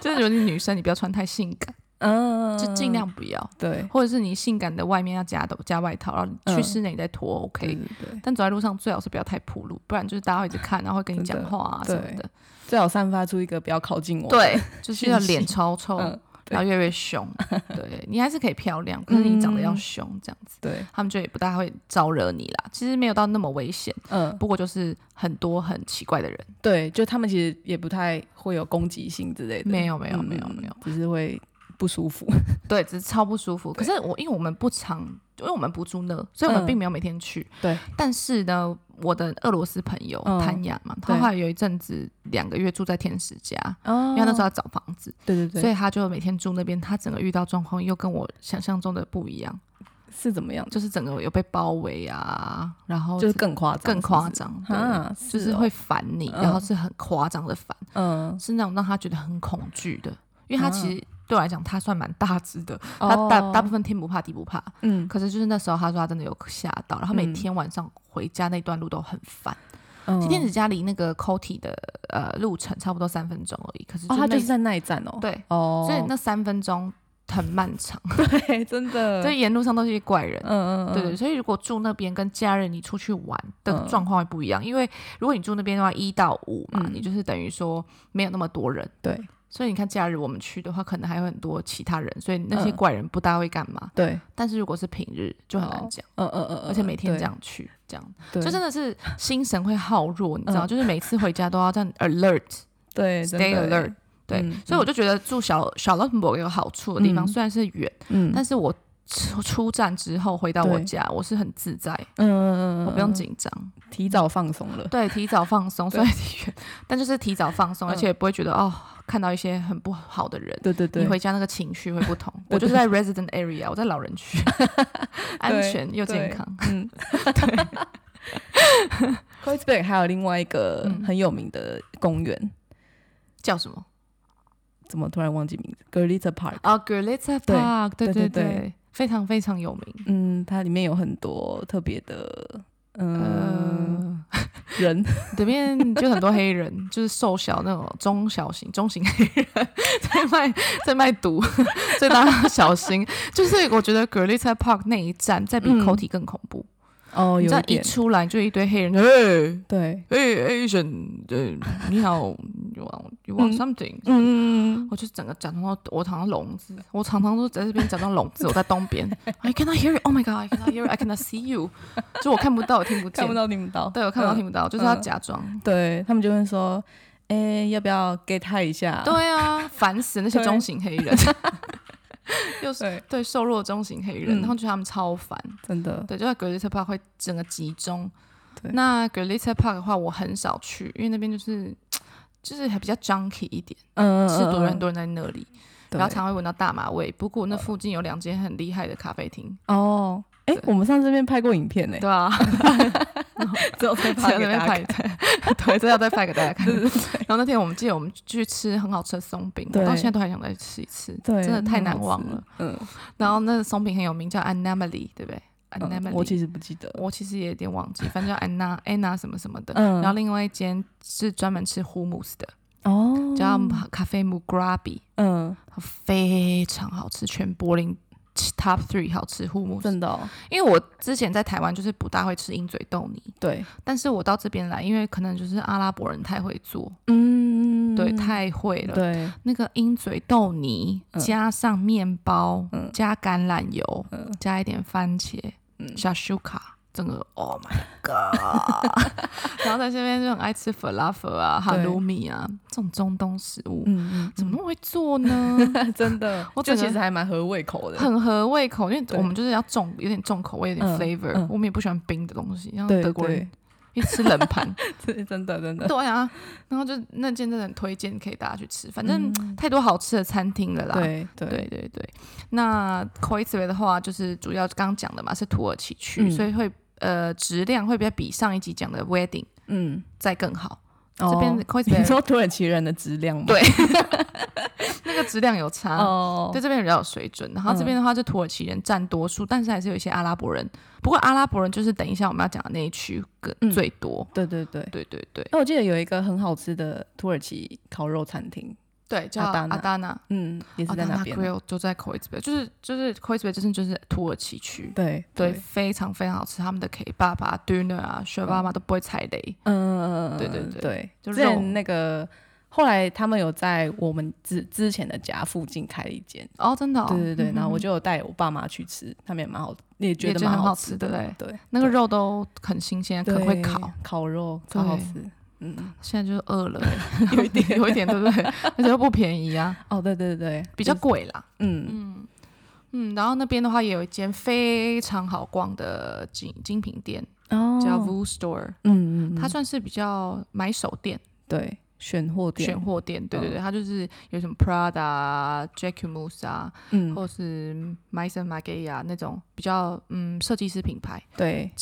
Speaker 1: 就是如果你女生，你不要穿太性感，
Speaker 2: 嗯，
Speaker 1: 就尽量不要，
Speaker 2: 对，
Speaker 1: 或者是你性感的外面要加的加外套，然后去
Speaker 2: 嗯
Speaker 1: 室内你再脱，OK、
Speaker 2: 对对对，
Speaker 1: 但走在路上最好是不要太暴露，不然就是大家会一
Speaker 2: [laughs]
Speaker 1: 直看，然后会跟你讲
Speaker 2: 真的
Speaker 1: 话啊什么
Speaker 2: 对
Speaker 1: 的。
Speaker 2: 最好散发出一个不要靠近我，，
Speaker 1: 对，
Speaker 2: [laughs]
Speaker 1: 就是要
Speaker 2: 讯息
Speaker 1: 脸超臭，
Speaker 2: [laughs] 嗯，对
Speaker 1: 然后越来越
Speaker 2: [laughs]
Speaker 1: 凶。对你还是可以漂亮，可是你长得要
Speaker 2: 嗯
Speaker 1: 凶这样子，
Speaker 2: 对，
Speaker 1: 他们就也不大会招惹你啦。其实没有到那么危险，
Speaker 2: 嗯，
Speaker 1: 不过就是很多很奇怪的人。
Speaker 2: 对，就他们其实也不太会有攻击性之类的，
Speaker 1: 没有没有
Speaker 2: 嗯
Speaker 1: 没有没有，
Speaker 2: 只是会不舒服，
Speaker 1: 对，只是超不舒服。可是我因为我们不常，因为我们不住那，所以我们
Speaker 2: 嗯
Speaker 1: 并没有每天去。
Speaker 2: 对，
Speaker 1: 但是呢，我的俄罗斯朋友
Speaker 2: 嗯
Speaker 1: 谭雅嘛，她
Speaker 2: 对
Speaker 1: 后来有一阵子两个月住在天使家，
Speaker 2: 哦
Speaker 1: 因为她那时候要找房子，
Speaker 2: 对对对，
Speaker 1: 所以她就每天住那边。她整个遇到状况又跟我想象中的不一样，
Speaker 2: 是怎么样？
Speaker 1: 就是整个有被包围啊，然后
Speaker 2: 哦就是更夸张，
Speaker 1: 更夸张，对
Speaker 2: 啊，
Speaker 1: 就是是
Speaker 2: 哦
Speaker 1: 会烦你，
Speaker 2: 嗯
Speaker 1: 然后是很夸张的烦，
Speaker 2: 嗯，
Speaker 1: 是那种让她觉得很恐惧的，因为她其实。对我来讲，她算蛮大只的，她
Speaker 2: 哦
Speaker 1: 大、大部分天不怕地不怕，
Speaker 2: 嗯
Speaker 1: 可是就是那时候，他说他真的有吓到，然后每
Speaker 2: 嗯
Speaker 1: 天晚上回家那段路都很烦。
Speaker 2: 嗯
Speaker 1: 今天子家离那个 Coti 的呃路程差不多三分钟而已，可是
Speaker 2: 哦，他
Speaker 1: 那
Speaker 2: 就是在那一站哦，
Speaker 1: 对，
Speaker 2: 哦，
Speaker 1: 所以那三分钟很漫长，
Speaker 2: [laughs] 对真的，
Speaker 1: 所以沿路上都是一些怪人。
Speaker 2: 嗯嗯嗯嗯，
Speaker 1: 对对，所以如果住那边跟家人你出去玩的
Speaker 2: 嗯
Speaker 1: 状况会不一样，因为如果你住那边的话，一到五嘛，
Speaker 2: 嗯
Speaker 1: 你就是等于说没有那么多人，
Speaker 2: 对
Speaker 1: 所以你看假日我们去的话，可能还有很多其他人，所以那些
Speaker 2: 嗯
Speaker 1: 怪人不大会干嘛。
Speaker 2: 对，
Speaker 1: 但是如果是平日就很难
Speaker 2: 哦
Speaker 1: 讲，
Speaker 2: 嗯嗯嗯，
Speaker 1: 而且每天
Speaker 2: 对
Speaker 1: 这，样去，这样
Speaker 2: 对，
Speaker 1: 就真的是心神会耗弱，你知道，
Speaker 2: 嗯
Speaker 1: 就是每次回家都要这样 alert，stay
Speaker 2: [laughs] 对真的
Speaker 1: alert。对，
Speaker 2: 嗯
Speaker 1: 所以我就觉得住小小 l o t t e n b u r g 有好处的地方，
Speaker 2: 嗯
Speaker 1: 虽然是远，
Speaker 2: 嗯，
Speaker 1: 但是我出出站之后回到我
Speaker 2: 对
Speaker 1: 家，我是很自在，
Speaker 2: 嗯嗯嗯，
Speaker 1: 我不用紧张，
Speaker 2: 提早放松了，
Speaker 1: 对，提早放松，虽
Speaker 2: 对
Speaker 1: 然远，但就是提早放松，
Speaker 2: 嗯
Speaker 1: 而且也不会觉得哦，看到一些很不好的人。
Speaker 2: 对对对，
Speaker 1: 你回家那个情绪会不同。
Speaker 2: [laughs] 对
Speaker 1: 我就是在 resident area，我在老人区，
Speaker 2: [laughs]
Speaker 1: 安
Speaker 2: 对
Speaker 1: 全又健
Speaker 2: 对
Speaker 1: 康。
Speaker 2: 嗯，对。k r e u z b e r g 还有另外一个
Speaker 1: 嗯
Speaker 2: 很有名的公园，
Speaker 1: 叫什么？
Speaker 2: 怎么突然忘记名字 g e r l i t e Park。
Speaker 1: 哦 g r l i t z e r Park，对
Speaker 2: 对
Speaker 1: 对
Speaker 2: 对对
Speaker 1: 对，非常非常有名。
Speaker 2: 嗯，它里面有很多特别的，嗯，
Speaker 1: 呃，
Speaker 2: 人，
Speaker 1: 里面就很多黑人，就是瘦小那种中小型、中型黑人在卖在卖毒， [laughs] 所以大家要小心。就是我觉得 g r l i t z e r Park 那一站在比
Speaker 2: 嗯
Speaker 1: Coti 更恐怖，
Speaker 2: 哦，
Speaker 1: 你知
Speaker 2: 有
Speaker 1: 道
Speaker 2: 一
Speaker 1: 一
Speaker 2: 点，
Speaker 1: 出来就一堆黑人，嘿，
Speaker 2: 对，
Speaker 1: hey Asian，对，你好，you want you want
Speaker 2: 嗯
Speaker 1: something？、
Speaker 2: 嗯，
Speaker 1: 我就整个假装到我躺到笼子，我常常都在这边假装笼子，我在东边。I cannot hear you. Oh my god! I cannot hear you. I cannot see you. 就我看不到，我听不见，
Speaker 2: 看不到听不到，
Speaker 1: 对我看不到，
Speaker 2: 嗯
Speaker 1: 听不到，就是要
Speaker 2: 嗯
Speaker 1: 假装。
Speaker 2: 对他们就会说，哎、要不要 get 他一下？
Speaker 1: 对啊，烦死那些
Speaker 2: 对
Speaker 1: 中型黑
Speaker 2: [laughs]
Speaker 1: 人，又是
Speaker 2: 对，
Speaker 1: 对瘦弱的中型黑人，
Speaker 2: 嗯
Speaker 1: 然后觉得他们超烦。
Speaker 2: 真的，
Speaker 1: 对，就在 Greater Park 会整个集中。
Speaker 2: 对
Speaker 1: 那 Greater Park 的话，我很少去，因为那边就是就是还比较 junky 一点，
Speaker 2: 嗯，嗯
Speaker 1: 是多人很，多人在那里，
Speaker 2: 嗯
Speaker 1: 然后常会闻到大麻味。不过那附近有两间很厉害的咖啡厅，
Speaker 2: 对哦。哎、我们上次那边拍过影片呢、
Speaker 1: 对
Speaker 2: [laughs]
Speaker 1: 啊，
Speaker 2: 只
Speaker 1: [laughs]
Speaker 2: 有在
Speaker 1: 只有那
Speaker 2: 给
Speaker 1: 边
Speaker 2: 大家
Speaker 1: 拍，
Speaker 2: 看
Speaker 1: [laughs] 对，这要再拍给
Speaker 2: [laughs]
Speaker 1: 大家看。然后那天我们记得我们去吃很好吃的松饼，我
Speaker 2: 对
Speaker 1: 到现在都还想再吃一次，
Speaker 2: 对，
Speaker 1: 真的太
Speaker 2: 很好
Speaker 1: 难忘
Speaker 2: 吃
Speaker 1: 了。。
Speaker 2: 嗯，
Speaker 1: 然后那个松饼很有名，叫 Anomaly，对不对？Anomaly，、
Speaker 2: 嗯我其实不记得。
Speaker 1: 我其实也有点忘记，反正叫安娜、安娜什么什么的。
Speaker 2: 嗯
Speaker 1: 然后另外一间是专门吃 hummus 的，
Speaker 2: 哦，
Speaker 1: 叫咖啡 mugrabi，
Speaker 2: 嗯，
Speaker 1: 非常好吃，全柏林 top three 好吃 hummus。
Speaker 2: 真的、哦，
Speaker 1: 因为我之前在台湾就是不大会吃鹰嘴豆泥，
Speaker 2: 对，
Speaker 1: 但是我到这边来，因为可能就是阿拉伯人太会做，
Speaker 2: 嗯
Speaker 1: 对，太会了。
Speaker 2: 对，
Speaker 1: 那个鹰嘴豆泥、
Speaker 2: 嗯
Speaker 1: 加上面包，
Speaker 2: 嗯
Speaker 1: 加橄榄油，
Speaker 2: 嗯
Speaker 1: 加一点番茄，
Speaker 2: 嗯
Speaker 1: 加 s 卡，整个 Oh
Speaker 2: [laughs]
Speaker 1: my God！然后在这边就很爱吃 falafel 啊、哈
Speaker 2: 对
Speaker 1: 鲁米啊这种中东食物，
Speaker 2: 嗯
Speaker 1: 怎么那么会做
Speaker 2: [laughs]
Speaker 1: 呢？
Speaker 2: 嗯，真的，
Speaker 1: 我
Speaker 2: 就
Speaker 1: 整个
Speaker 2: 其实还蛮合胃口的，
Speaker 1: 很合胃口，因为
Speaker 2: 对
Speaker 1: 我们就是要重，有点重口味，有点
Speaker 2: 嗯
Speaker 1: flavor，、
Speaker 2: 嗯
Speaker 1: 我们也不喜欢冰的东西，像
Speaker 2: 对
Speaker 1: 德国人
Speaker 2: 对，
Speaker 1: 一吃冷
Speaker 2: [laughs]
Speaker 1: 盘，
Speaker 2: 对，真的真的，
Speaker 1: 对啊，然后就那间真的很推荐，可以大家去吃，反正
Speaker 2: 嗯
Speaker 1: 太多好吃的餐厅了啦。
Speaker 2: 对对
Speaker 1: 对对对，那 k o i t v e 的话，就是主要刚刚讲的嘛，是土耳其区，
Speaker 2: 嗯
Speaker 1: 所以会呃质量会比比上一集讲的 Wedding
Speaker 2: 嗯，
Speaker 1: 再更好。
Speaker 2: 哦
Speaker 1: 这
Speaker 2: [laughs]
Speaker 1: 边 k o i t v
Speaker 2: 你
Speaker 1: e
Speaker 2: 说土耳其人的质量吗？
Speaker 1: 对那个质量有差，
Speaker 2: 哦，
Speaker 1: 对这边比较有水准。然后这边的话，就土耳其人占多数，但是还是有一些阿拉伯人。不过阿拉伯人就是等一下我们要讲的那一区更
Speaker 2: 嗯
Speaker 1: 最多。
Speaker 2: 对对对。
Speaker 1: 对对对
Speaker 2: 哎，我记得有一个很好吃的土耳其烤肉餐厅，
Speaker 1: 对，叫
Speaker 2: 阿达
Speaker 1: 阿
Speaker 2: 纳
Speaker 1: 达纳，
Speaker 2: 嗯，也是
Speaker 1: 阿
Speaker 2: 在
Speaker 1: 达
Speaker 2: 那
Speaker 1: 纳
Speaker 2: 边。
Speaker 1: Grill 就在 k o i t v e 就是就是 k o i t v e 就是就是土耳其区。
Speaker 2: 对
Speaker 1: 对，，非常非常好吃。他们的 K 爸爸、Dinner 啊、雪爸爸都不会踩雷。
Speaker 2: 嗯，
Speaker 1: 对对对
Speaker 2: 对，
Speaker 1: 就
Speaker 2: 之
Speaker 1: 肉
Speaker 2: 前那个后来他们有在我们之之前的家附近开了一间，
Speaker 1: 哦，真的、哦，
Speaker 2: 对对对，
Speaker 1: 嗯
Speaker 2: 然后我
Speaker 1: 嗯
Speaker 2: 就有带我爸妈去吃，他们也蛮好，也觉
Speaker 1: 也
Speaker 2: 得
Speaker 1: 觉得
Speaker 2: 蛮
Speaker 1: 很好
Speaker 2: 吃
Speaker 1: 吃对
Speaker 2: 对对，
Speaker 1: 那个肉都很新鲜，可能会烤。
Speaker 2: 烤肉，超好
Speaker 1: 对
Speaker 2: 吃。嗯，
Speaker 1: 现在就是饿
Speaker 2: [laughs]
Speaker 1: 了欸、
Speaker 2: 有一点，
Speaker 1: 有一点，对不对？ [laughs] 而且又不便宜
Speaker 2: [laughs]
Speaker 1: 啊，
Speaker 2: 哦，对对对，
Speaker 1: 比较
Speaker 2: 就是
Speaker 1: 贵啦。
Speaker 2: 嗯
Speaker 1: 嗯，然后那边的话也有一间非常好逛的精精品店，
Speaker 2: 哦
Speaker 1: 叫 Voo Store，、
Speaker 2: 嗯嗯，
Speaker 1: 它
Speaker 2: 他
Speaker 1: 算是比较买手店、
Speaker 2: 对选货店，嗯
Speaker 1: 选货店。对对对，它就是有什么 Prada 啊、Jacquemus 啊，
Speaker 2: 嗯
Speaker 1: 或是 Maison Margiela 那种比较嗯设计师品牌，
Speaker 2: 对，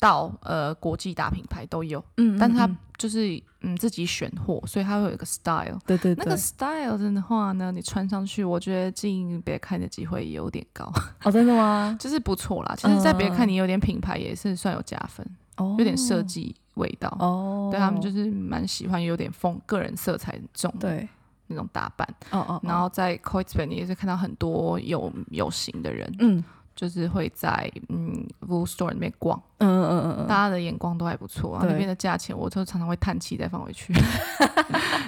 Speaker 1: 到呃国际大品牌都有，
Speaker 2: 嗯
Speaker 1: 但它
Speaker 2: 嗯嗯
Speaker 1: 就是嗯自己选货，所以它会有一个 style。
Speaker 2: 对对
Speaker 1: 那
Speaker 2: 对，
Speaker 1: 个 style 的话呢，你穿上去，我觉得进别看的机会也有点高， [laughs]
Speaker 2: 哦，真的吗？
Speaker 1: 就是不错啦。其实，在别
Speaker 2: 嗯嗯
Speaker 1: 看你有点品牌也是算有加分，
Speaker 2: 哦，
Speaker 1: 有点设计味道。
Speaker 2: 哦，
Speaker 1: 对他们就是蛮喜欢有点风个人色彩很重的
Speaker 2: 对，
Speaker 1: 那种打扮。
Speaker 2: 哦哦，
Speaker 1: 嗯然
Speaker 2: 哦
Speaker 1: 后在 c o i t s b a n 你也是看到很多有有型的人，
Speaker 2: 嗯
Speaker 1: 就是会在嗯 Voo Store 里面逛。
Speaker 2: 嗯嗯嗯嗯
Speaker 1: 大家的眼光都还不错啊。
Speaker 2: 对
Speaker 1: 那边的价钱，我就常常会叹气再放回
Speaker 2: [laughs]
Speaker 1: 去，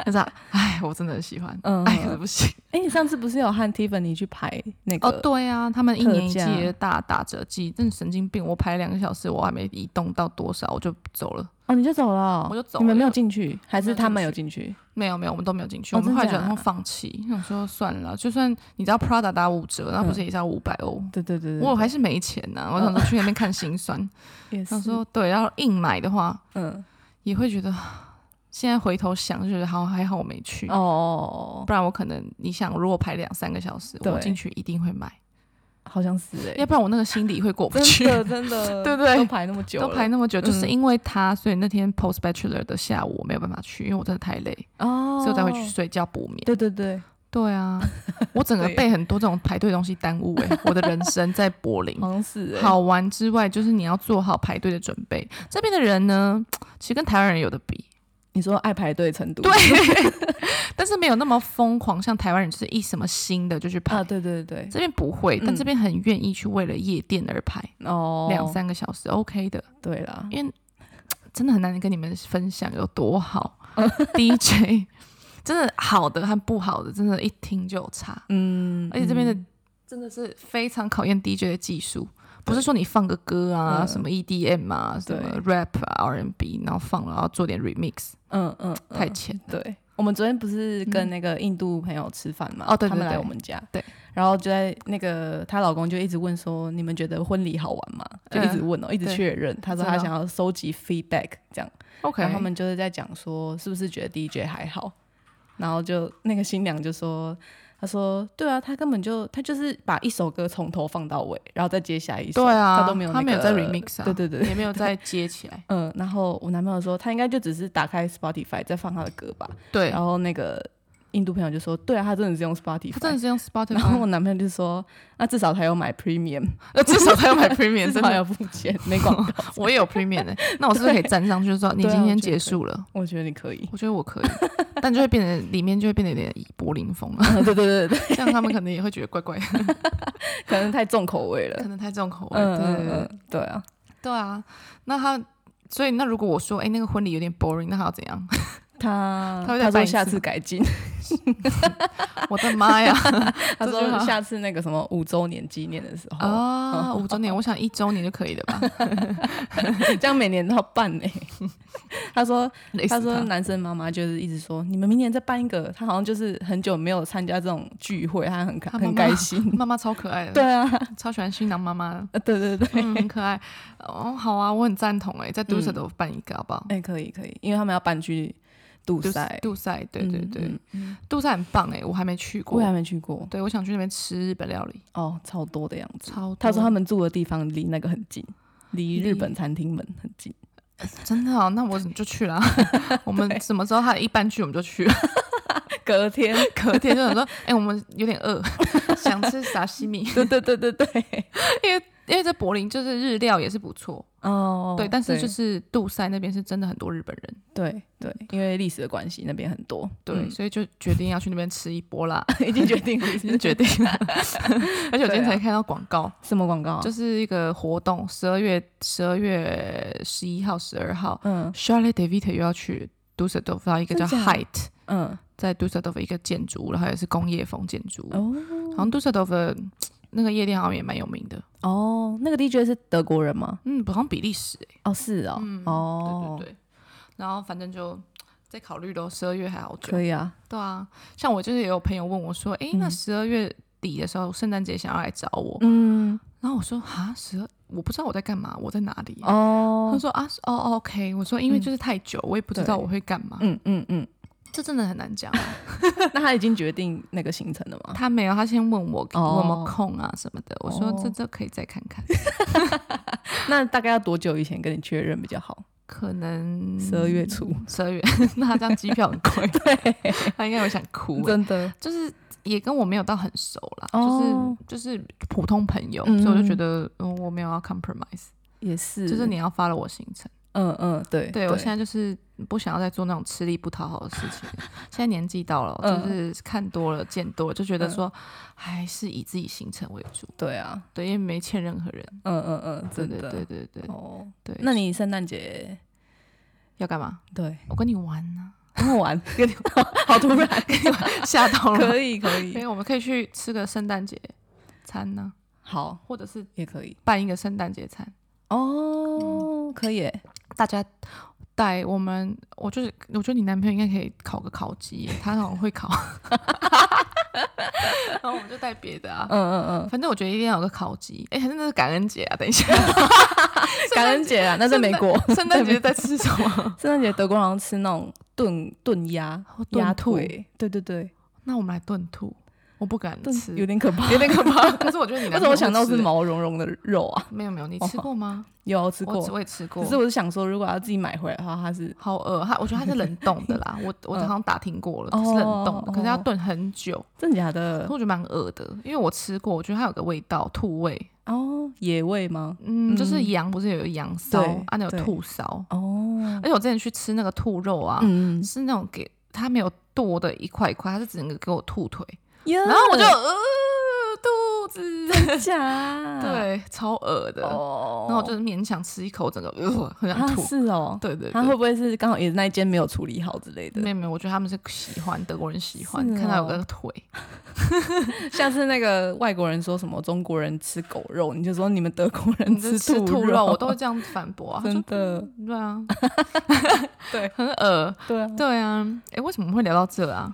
Speaker 1: 就是啊哎，我真的很喜欢，
Speaker 2: 嗯，
Speaker 1: 哎，
Speaker 2: 嗯
Speaker 1: 可是不行。
Speaker 2: 哎、你上次不是有和 Tiffany 去排那个？
Speaker 1: 哦，对啊，他们一年一
Speaker 2: 特价
Speaker 1: 季的大打折季，真的神经病！我排两个小时，我还没移动到多少，我就走了。
Speaker 2: 哦你就走了哦、
Speaker 1: 我就走
Speaker 2: 你们没有
Speaker 1: 了
Speaker 2: 进去，还
Speaker 1: 没
Speaker 2: 是
Speaker 1: 有
Speaker 2: 他们
Speaker 1: 进
Speaker 2: 有进去？
Speaker 1: 没有没有，我们都没有进去，
Speaker 2: 哦
Speaker 1: 我们
Speaker 2: 真
Speaker 1: 后来
Speaker 2: 假
Speaker 1: 就想放弃，想说算了，就算你知道 Prada 打五折，那不是也是要五百欧？
Speaker 2: 对对嗯对对，
Speaker 1: 我还是没钱呐、我想说去那边看心
Speaker 2: [laughs]
Speaker 1: 酸，
Speaker 2: 对也是
Speaker 1: 想，说对，要硬买的话
Speaker 2: 嗯，
Speaker 1: 也会觉得，现在回头想就觉得好还好我没去
Speaker 2: 哦哦，哦
Speaker 1: 不然我可能你想，如果排两三个小时，
Speaker 2: 对
Speaker 1: 我进去一定会买，
Speaker 2: 好像是哎、
Speaker 1: 要不然我那个心里会过不去
Speaker 2: 真。的真的，
Speaker 1: 对不对
Speaker 2: 都排那么久
Speaker 1: [laughs]
Speaker 2: 了，
Speaker 1: 都排那么久，
Speaker 2: 嗯
Speaker 1: 就是因为他，所以那天 post bachelor 的下午我没有办法去，因为我真的太累，
Speaker 2: 哦，
Speaker 1: 所以我才会去。睡觉补眠。
Speaker 2: 对对对，
Speaker 1: 对
Speaker 2: [laughs]
Speaker 1: 啊，我整个
Speaker 2: 对
Speaker 1: 被很多这种排队的东西耽误哎、我的人生在柏林。
Speaker 2: 好像是、欸、，
Speaker 1: 嗯好玩之外，就是你要做好排队的准备。这边的人呢，其实跟台湾人有的比，
Speaker 2: 你说爱排队程度，
Speaker 1: 对， [laughs] 但是没有那么疯狂，像台湾人就是一什么新的就去排。
Speaker 2: 啊，对对对，
Speaker 1: 这边不会，但
Speaker 2: 嗯
Speaker 1: 这边很愿意去为了夜店而排
Speaker 2: 哦，
Speaker 1: 两、三个小时，OK 的。
Speaker 2: 对啦，
Speaker 1: 因为真的很难跟你们分享有多好
Speaker 2: 哦
Speaker 1: [laughs] ，DJ 真的好的和不好的，真的，一听就有差。
Speaker 2: 嗯，
Speaker 1: 而且这边的
Speaker 2: 嗯
Speaker 1: 真的是非常考验 DJ 的技术，不是说你放个歌啊，
Speaker 2: 嗯
Speaker 1: 什么 EDM 啊，什么 rap 啊，R&B，然后放了然后做点 remix，
Speaker 2: 嗯嗯，嗯
Speaker 1: 太浅了。
Speaker 2: 对，我们昨天不是跟那个印度朋友吃饭嘛？
Speaker 1: 嗯哦对对
Speaker 2: 他们来
Speaker 1: 对
Speaker 2: 我们家，
Speaker 1: 对，
Speaker 2: 然后就在那个她老公就一直问说，你们觉得婚礼好玩吗？就一直问哦，一
Speaker 1: 嗯
Speaker 2: 直
Speaker 1: 对
Speaker 2: 确认。他说
Speaker 1: 真的
Speaker 2: 他
Speaker 1: 哦
Speaker 2: 想要收集 feedback 这样，
Speaker 1: OK，
Speaker 2: 然后他们就是在讲说，是不是觉得 DJ 还好？然后就那个新娘就说。她说：“对啊，她根本就她就是把一首歌从头放到尾，然后再接下一首，
Speaker 1: 对啊
Speaker 2: 她都没有、那
Speaker 1: 她
Speaker 2: 个
Speaker 1: 没有在 remix 啊
Speaker 2: 对对对，
Speaker 1: 也没有再接起
Speaker 2: [laughs]
Speaker 1: 来。
Speaker 2: 嗯，然后我男朋友说他应该就只是打开 Spotify 再放他的歌吧，
Speaker 1: 对，
Speaker 2: 然后那个印度朋友就说，对啊，他真的是用
Speaker 1: 他真
Speaker 2: Spotify。
Speaker 1: 的是用 Spotify，
Speaker 2: 然后我男朋友就说，那至少他有买
Speaker 1: [laughs]
Speaker 2: Premium，
Speaker 1: 呃至少他要买 premium，
Speaker 2: [laughs] 至
Speaker 1: 真
Speaker 2: 少
Speaker 1: 的，
Speaker 2: 有付钱，没
Speaker 1: [laughs]
Speaker 2: 广告。
Speaker 1: 我也有 premium 的、那我是不是可以站上去就说你
Speaker 2: 对啊
Speaker 1: 今天
Speaker 2: 我觉
Speaker 1: 结
Speaker 2: 得
Speaker 1: 束了？
Speaker 2: 我觉得
Speaker 1: [laughs]
Speaker 2: 你可以。
Speaker 1: 我觉得我可以，但就会变得里面就会变得有点柏林风了， [laughs]
Speaker 2: 对对对对，
Speaker 1: 这样他们可能也会觉得怪怪的，
Speaker 2: 可能太重口味
Speaker 1: 可
Speaker 2: 了。
Speaker 1: 能太重口味。[laughs]
Speaker 2: 嗯
Speaker 1: 对对
Speaker 2: 嗯
Speaker 1: 对
Speaker 2: 嗯，对啊，
Speaker 1: 对啊，那他所以那如果我说哎、那个婚礼有点 boring，那他要怎样？ [laughs]
Speaker 2: 他
Speaker 1: 他会再
Speaker 2: 他
Speaker 1: 办
Speaker 2: 说
Speaker 1: 一次
Speaker 2: 下次改进，
Speaker 1: 我的妈
Speaker 2: [laughs]
Speaker 1: 呀！
Speaker 2: 他
Speaker 1: 这句
Speaker 2: 说
Speaker 1: 话
Speaker 2: 下次那个什么五周年纪念的时候，
Speaker 1: 啊，五周年，我想一周年就可以了吧？ [laughs]
Speaker 2: 这样每年都要办呢。 [laughs] 他说
Speaker 1: 累死
Speaker 2: 他说
Speaker 1: 他
Speaker 2: 男生妈妈就是一直说，你们明年再办一个。他好像就是很久没有参加这种聚会，他很开
Speaker 1: 他妈妈
Speaker 2: 很开
Speaker 1: [laughs]
Speaker 2: 心。
Speaker 1: 妈妈超可爱的，
Speaker 2: 对，啊， [laughs]
Speaker 1: 超喜欢新郎妈妈的，
Speaker 2: 呃对对对，嗯
Speaker 1: 嗯，很可爱。哦，好啊，我很赞同哎、在杜塞都办一个好不好？
Speaker 2: 哎、可以可以，因为他们要搬去杜
Speaker 1: 杜
Speaker 2: 塞，
Speaker 1: 杜塞，对对
Speaker 2: 嗯
Speaker 1: 对，
Speaker 2: 嗯嗯
Speaker 1: 杜塞很棒哎、我还没去过
Speaker 2: 我也，还没去过
Speaker 1: 对我想去那边吃日本料理，
Speaker 2: 哦，超多的样子。
Speaker 1: 超多
Speaker 2: 他说他们住的地方离那个很近，离日本餐厅门很近。
Speaker 1: 真的哦，那我就去
Speaker 2: [laughs]
Speaker 1: 啦。我们什么时候他一搬去我们就去， [laughs]
Speaker 2: 隔天，
Speaker 1: [laughs] 隔天就想说，哎、我们有点饿，想吃沙西米，
Speaker 2: [laughs] 对对对对对，
Speaker 1: [laughs] 因为因为在柏林就是日料也是不错，
Speaker 2: 哦，
Speaker 1: 对，但是就是杜塞那边是真的很多日本人，
Speaker 2: 对对，因为历史的关系，那边很多。
Speaker 1: 对，所以就决定要去那边吃一波
Speaker 2: [laughs]
Speaker 1: 啦，
Speaker 2: 嗯，已经决定了，已
Speaker 1: 已经决定了。 [laughs] 而且我今天
Speaker 2: 对啊
Speaker 1: 才看到广告，
Speaker 2: 什么广告、啊？
Speaker 1: 就是一个活动，十二月十二月十一号、十二号
Speaker 2: 嗯
Speaker 1: ，Charlotte David 又要去 Dusseldorf 到一个叫
Speaker 2: 真假
Speaker 1: Height。
Speaker 2: 嗯
Speaker 1: 在 Dusseldorf 一个建筑物，然后也是工业风建筑物。
Speaker 2: 哦
Speaker 1: 好像 Dusseldorf 的那个夜店好像也蛮有名的，
Speaker 2: 哦，那个 DJ 是德国人吗？
Speaker 1: 嗯，好像比利时、欸，
Speaker 2: 哦，是哦，
Speaker 1: 嗯，
Speaker 2: 哦，
Speaker 1: 对对对。然后反正就在考虑咯，十二月还好久
Speaker 2: 可。以啊，
Speaker 1: 对啊，像我就是也有朋友问我说，诶，那
Speaker 2: 嗯
Speaker 1: 十二月底的时候，圣诞节想要来找我，
Speaker 2: 嗯，
Speaker 1: 然后我说啊，十二，我不知道我在干嘛，我在哪里、他
Speaker 2: 哦，
Speaker 1: 说啊，哦哦，OK。我说因为
Speaker 2: 嗯
Speaker 1: 就是太久，我也不知道
Speaker 2: 对
Speaker 1: 我会干嘛，
Speaker 2: 嗯嗯嗯，
Speaker 1: 这真的很难讲啊。
Speaker 2: [laughs] 那他已经决定那个行程了
Speaker 1: [laughs]
Speaker 2: 吗？
Speaker 1: 他没有，他先问我、
Speaker 2: 哦
Speaker 1: 我有没有空啊什么的。我说、
Speaker 2: 哦
Speaker 1: 这这可以再看看，
Speaker 2: 那大概要多久以前跟你确认比较好？
Speaker 1: 可能
Speaker 2: 十二月初，
Speaker 1: 十二月， [laughs] 那他这样机票很
Speaker 2: [laughs]
Speaker 1: 贵，他应该会想哭、欸。
Speaker 2: 真的，
Speaker 1: 就是也跟我没有到很熟啦，
Speaker 2: 哦
Speaker 1: 就是就是普通朋友，
Speaker 2: 嗯
Speaker 1: 所以我就觉得、嗯、我没有要 compromise，
Speaker 2: 也是，
Speaker 1: 就是，你要 follow 我行程。
Speaker 2: 嗯嗯，对，
Speaker 1: 对我现在就是不想要再做那种吃力不讨好的事情。 [laughs] 现在年纪到了，
Speaker 2: 嗯
Speaker 1: 就是看多了、见多了，就觉得说还是以自己行程为主，
Speaker 2: 对啊，
Speaker 1: 对，因为没欠任何人。
Speaker 2: 嗯嗯嗯，
Speaker 1: 对
Speaker 2: 真
Speaker 1: 对
Speaker 2: 的，
Speaker 1: 对对对
Speaker 2: 哦，
Speaker 1: 对。
Speaker 2: 那你圣诞节
Speaker 1: 要干嘛？
Speaker 2: 对
Speaker 1: 我跟你玩呢、
Speaker 2: 跟我玩，跟你好突然，
Speaker 1: [laughs] 吓到了。
Speaker 2: [laughs] 可以可以
Speaker 1: 没，有，我们可以去吃个圣诞节餐呢、
Speaker 2: 好，
Speaker 1: 或者是
Speaker 2: 也可以，
Speaker 1: 办一个圣诞节餐，
Speaker 2: 哦，可以耶，
Speaker 1: 大家带我们，我就是我觉得你男朋友应该可以烤个烤鸡耶，他好像
Speaker 2: [laughs]
Speaker 1: 会烤，然后我们就带别的啊。
Speaker 2: 嗯嗯嗯，
Speaker 1: 反正我觉得一定要有个烤鸡，哎、还是那是感恩节啊！等一下，
Speaker 2: [laughs] 感恩节啊，那在美
Speaker 1: [laughs]
Speaker 2: 国，
Speaker 1: 圣诞节在吃什
Speaker 2: [laughs]
Speaker 1: 么？
Speaker 2: 圣诞节德国好像吃那种炖炖鸭
Speaker 1: 哦、炖
Speaker 2: 鸭
Speaker 1: 兔
Speaker 2: 腿，对对对，
Speaker 1: 那我们来炖兔，我不敢
Speaker 2: 炖
Speaker 1: 吃，
Speaker 2: 有点可怕。
Speaker 1: 有点可怕。可是我觉得你
Speaker 2: 为
Speaker 1: 男朋
Speaker 2: 什么
Speaker 1: 友
Speaker 2: 我想到
Speaker 1: 会
Speaker 2: 是
Speaker 1: 吃？
Speaker 2: 毛茸茸的肉啊？
Speaker 1: 没有没有，你吃过吗？
Speaker 2: 有吃
Speaker 1: 我只
Speaker 2: 过，
Speaker 1: 我也吃过
Speaker 2: 可，是我是想说，如果要自己买回来的话，它是
Speaker 1: 好饿。它我觉得它是冷冻的
Speaker 2: [laughs]
Speaker 1: 啦，我我好像打听过了，
Speaker 2: 嗯
Speaker 1: 是冷冻的，
Speaker 2: 哦
Speaker 1: 可是要炖很久，
Speaker 2: 真的假
Speaker 1: 可
Speaker 2: 的
Speaker 1: [laughs] 我？觉得蛮饿的，因为我吃过，我觉得它有个味道，兔味。
Speaker 2: 哦，哦，野味吗？
Speaker 1: 嗯，就是
Speaker 2: 嗯
Speaker 1: 羊不是有羊骚
Speaker 2: 对
Speaker 1: 啊，那有
Speaker 2: 对
Speaker 1: 兔骚，
Speaker 2: 哦
Speaker 1: 而，且我之前去吃那个兔肉啊，
Speaker 2: 嗯，
Speaker 1: 是那种给他没有剁的一块一块，他是整个给我吐腿，
Speaker 2: 然
Speaker 1: 然后我就呃肚子，[laughs]
Speaker 2: 假
Speaker 1: 对，超恶的，
Speaker 2: [laughs] 哦，
Speaker 1: 然后我就是勉强吃一口，整个呃很想
Speaker 2: 啊
Speaker 1: 吐，
Speaker 2: 是哦，
Speaker 1: 对对
Speaker 2: 他会
Speaker 1: 对。
Speaker 2: 不会是刚好也是那一间没有处理好之类的
Speaker 1: 没？有没有，我觉得他们是喜欢德国人喜欢
Speaker 2: 是
Speaker 1: 看到有
Speaker 2: 哦
Speaker 1: 个腿，
Speaker 2: 像是那个外国人说什么中国人吃狗肉，你就说你们德国
Speaker 1: [laughs]
Speaker 2: 人
Speaker 1: 你就吃
Speaker 2: 兔
Speaker 1: 兔
Speaker 2: 肉，
Speaker 1: 我
Speaker 2: [laughs]
Speaker 1: 都会这样反驳啊。他说
Speaker 2: 真的
Speaker 1: 对啊，
Speaker 2: [laughs] 对
Speaker 1: 很恶，
Speaker 2: 对啊，
Speaker 1: 对啊。哎，为什么会聊到这啊？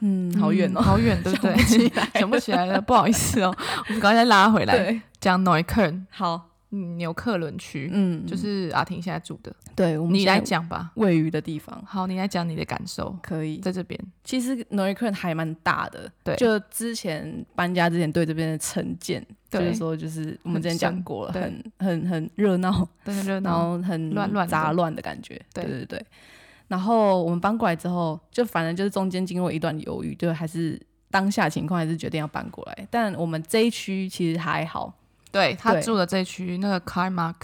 Speaker 2: 嗯，好远哦，
Speaker 1: 好远，对不
Speaker 2: [laughs]
Speaker 1: 对？ [laughs] 想不起来了，不好意思哦，我们赶快再拉回来，
Speaker 2: 对，
Speaker 1: 讲 Neukölln，
Speaker 2: 好，
Speaker 1: 嗯纽克伦区，
Speaker 2: 嗯，
Speaker 1: 就是阿婷现在住的，
Speaker 2: 对，我们
Speaker 1: 你来
Speaker 2: 现在
Speaker 1: 讲吧。
Speaker 2: 喂鱼的地方
Speaker 1: 好，你来讲你的感受，
Speaker 2: 可以。
Speaker 1: 在这边，
Speaker 2: 其实 n o r c o n 还蛮大的，
Speaker 1: 对
Speaker 2: 就之前搬家之前对这边的成见，就
Speaker 1: 对
Speaker 2: 是说就是我们之前
Speaker 1: 很深
Speaker 2: 讲过了，
Speaker 1: 对
Speaker 2: 很很很热闹，
Speaker 1: 真的热
Speaker 2: 然
Speaker 1: 闹，
Speaker 2: 后很
Speaker 1: 乱乱的
Speaker 2: 杂乱的感觉，
Speaker 1: 对
Speaker 2: 对对对。然后我们搬过来之后，就反正就是中间经过一段犹豫，就还是当下情况还是决定要搬过来。但我们这一区其实还好
Speaker 1: 对他
Speaker 2: 对
Speaker 1: 住的这一区那个 Karl Marx，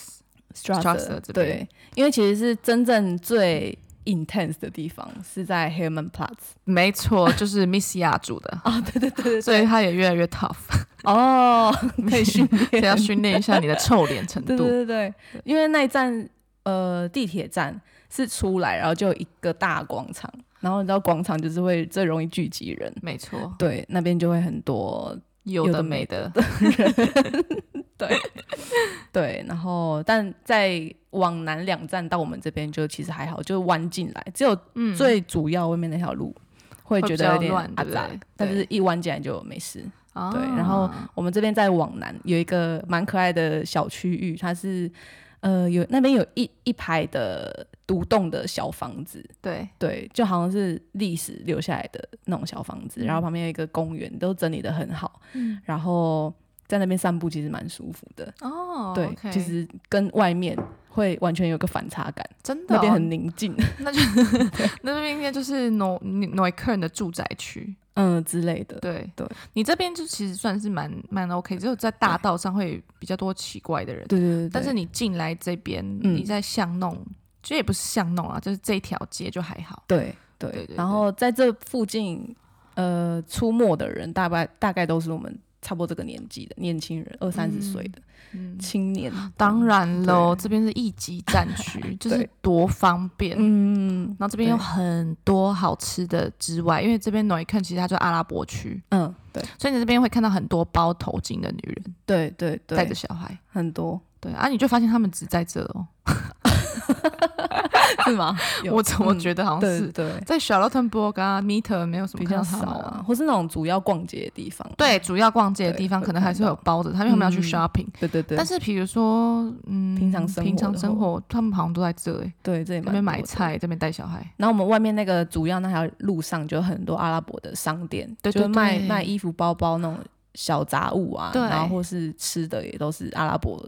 Speaker 1: Strasser 这边
Speaker 2: 对，因为其实是真正最 intense 的地方是在 Herman Platz
Speaker 1: 没错，就是 Miss 亚住的，
Speaker 2: 啊、对对对对
Speaker 1: 所以他也越来越 tough，
Speaker 2: 哦，可以训
Speaker 1: 所以要
Speaker 2: 练，
Speaker 1: 训练一下你的臭脸程
Speaker 2: 对对
Speaker 1: 度。
Speaker 2: 对对，因为那一站呃地铁站是出来，然后就有一个大广场，然后你知道广场就是会最容易聚集人，
Speaker 1: 没错，
Speaker 2: 对，那边就会很多
Speaker 1: 有
Speaker 2: 有
Speaker 1: 的
Speaker 2: 的
Speaker 1: 没
Speaker 2: 没
Speaker 1: 的，
Speaker 2: 对，然后但在往南两站到我们这边就其实还好，就弯进来，只有
Speaker 1: 嗯，
Speaker 2: 最主要外面那条路。会
Speaker 1: 会
Speaker 2: 觉
Speaker 1: 比
Speaker 2: 得
Speaker 1: 较
Speaker 2: 有点
Speaker 1: 乱对
Speaker 2: 阿
Speaker 1: 不
Speaker 2: 杂
Speaker 1: 对
Speaker 2: 但
Speaker 1: 对
Speaker 2: 是一弯进来就没事。
Speaker 1: 啊
Speaker 2: 对，然后我们这边再往南有一个蛮可爱的小区域，它是呃有那边有一一排的独栋的小房子，
Speaker 1: 对，
Speaker 2: 对，就好像是历史留下来的那种小房子，然后旁边有一个公园，都整理的很好，
Speaker 1: 嗯
Speaker 2: 然后在那边散步其实蛮舒服的，
Speaker 1: 哦，
Speaker 2: 对
Speaker 1: OK
Speaker 2: 其实跟外面会完全有个反差感，
Speaker 1: 真的
Speaker 2: 那边
Speaker 1: 哦
Speaker 2: 很宁静，
Speaker 1: 那就那边应该就是挪挪克人的住宅区，
Speaker 2: 嗯之类的，
Speaker 1: 对
Speaker 2: 对，
Speaker 1: 你这边就其实算是蛮蛮 OK，只有在大道上会比较多奇怪的人，
Speaker 2: 对对对对
Speaker 1: 但是你进来这边，
Speaker 2: 嗯
Speaker 1: 你在巷弄，其实也不是巷弄啊，就是这一条街就还好，
Speaker 2: 对对
Speaker 1: 对对
Speaker 2: 然后在这附近，呃，出没的人大概大概都是我们差不多这个年纪的年轻人，二三十岁的、
Speaker 1: 嗯，
Speaker 2: 青年。
Speaker 1: 当，然喽，
Speaker 2: 对
Speaker 1: 这边是一级战
Speaker 2: [laughs]
Speaker 1: 区，就是
Speaker 2: 对
Speaker 1: 多方便。
Speaker 2: 嗯
Speaker 1: 然后这边有
Speaker 2: 对
Speaker 1: 很多好吃的之外，因为这边 n o i k e n 其实它就阿拉伯区，
Speaker 2: 嗯，对
Speaker 1: 所以你这边会看到很多包头巾的女人
Speaker 2: 对对
Speaker 1: 带着
Speaker 2: 对，
Speaker 1: 小孩，
Speaker 2: 很
Speaker 1: [laughs]
Speaker 2: 多
Speaker 1: 对啊，你就发现他们只在这哦。
Speaker 2: 是吗？有
Speaker 1: 我怎么觉
Speaker 2: 嗯
Speaker 1: 得好像是、
Speaker 2: 对对
Speaker 1: 在 Charlottenburg 啊、Meter 没有什么
Speaker 2: 比
Speaker 1: 看到
Speaker 2: 较
Speaker 1: 他
Speaker 2: 少
Speaker 1: 们
Speaker 2: 啊，或是那种主要逛街的地方。
Speaker 1: 对，主要逛街的
Speaker 2: 对
Speaker 1: 地方
Speaker 2: 会
Speaker 1: 可能还是会有包着他，因为他们要去
Speaker 2: 嗯
Speaker 1: shopping。
Speaker 2: 对对对，
Speaker 1: 但是比如说，嗯，
Speaker 2: 平常生活
Speaker 1: 平常
Speaker 2: 的
Speaker 1: 生活，他们好像都在这里，
Speaker 2: 对这里
Speaker 1: 这
Speaker 2: 蛮
Speaker 1: 边买
Speaker 2: 多的。
Speaker 1: 菜，这边带小孩。
Speaker 2: 然后我们外面那个主要那条路上就有很多阿拉伯的商店，
Speaker 1: 对
Speaker 2: 就是
Speaker 1: 对
Speaker 2: 卖
Speaker 1: 对
Speaker 2: 卖衣服、包包那种小杂物啊，
Speaker 1: 对
Speaker 2: 然后或是吃的也都是阿拉伯，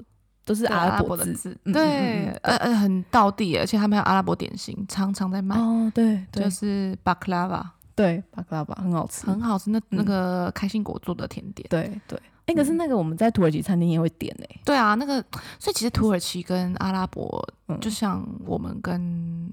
Speaker 2: 都是
Speaker 1: 对
Speaker 2: 阿拉伯
Speaker 1: 的
Speaker 2: 字
Speaker 1: 字，
Speaker 2: 嗯嗯
Speaker 1: 对
Speaker 2: 嗯嗯，
Speaker 1: 呃呃，很道地，而且他们还有阿拉伯点心，常常在卖，
Speaker 2: 哦，对对、
Speaker 1: 就是 baklava，
Speaker 2: 对，巴克拉巴很好吃，
Speaker 1: 很好吃，那那
Speaker 2: 嗯
Speaker 1: 个开心果做的甜点。
Speaker 2: 对对。
Speaker 1: 嗯
Speaker 2: 哎、可是那个我们在土耳其餐厅也会点诶、
Speaker 1: 对啊，那个，所以其实土耳其跟阿拉伯
Speaker 2: 嗯，
Speaker 1: 就像我们跟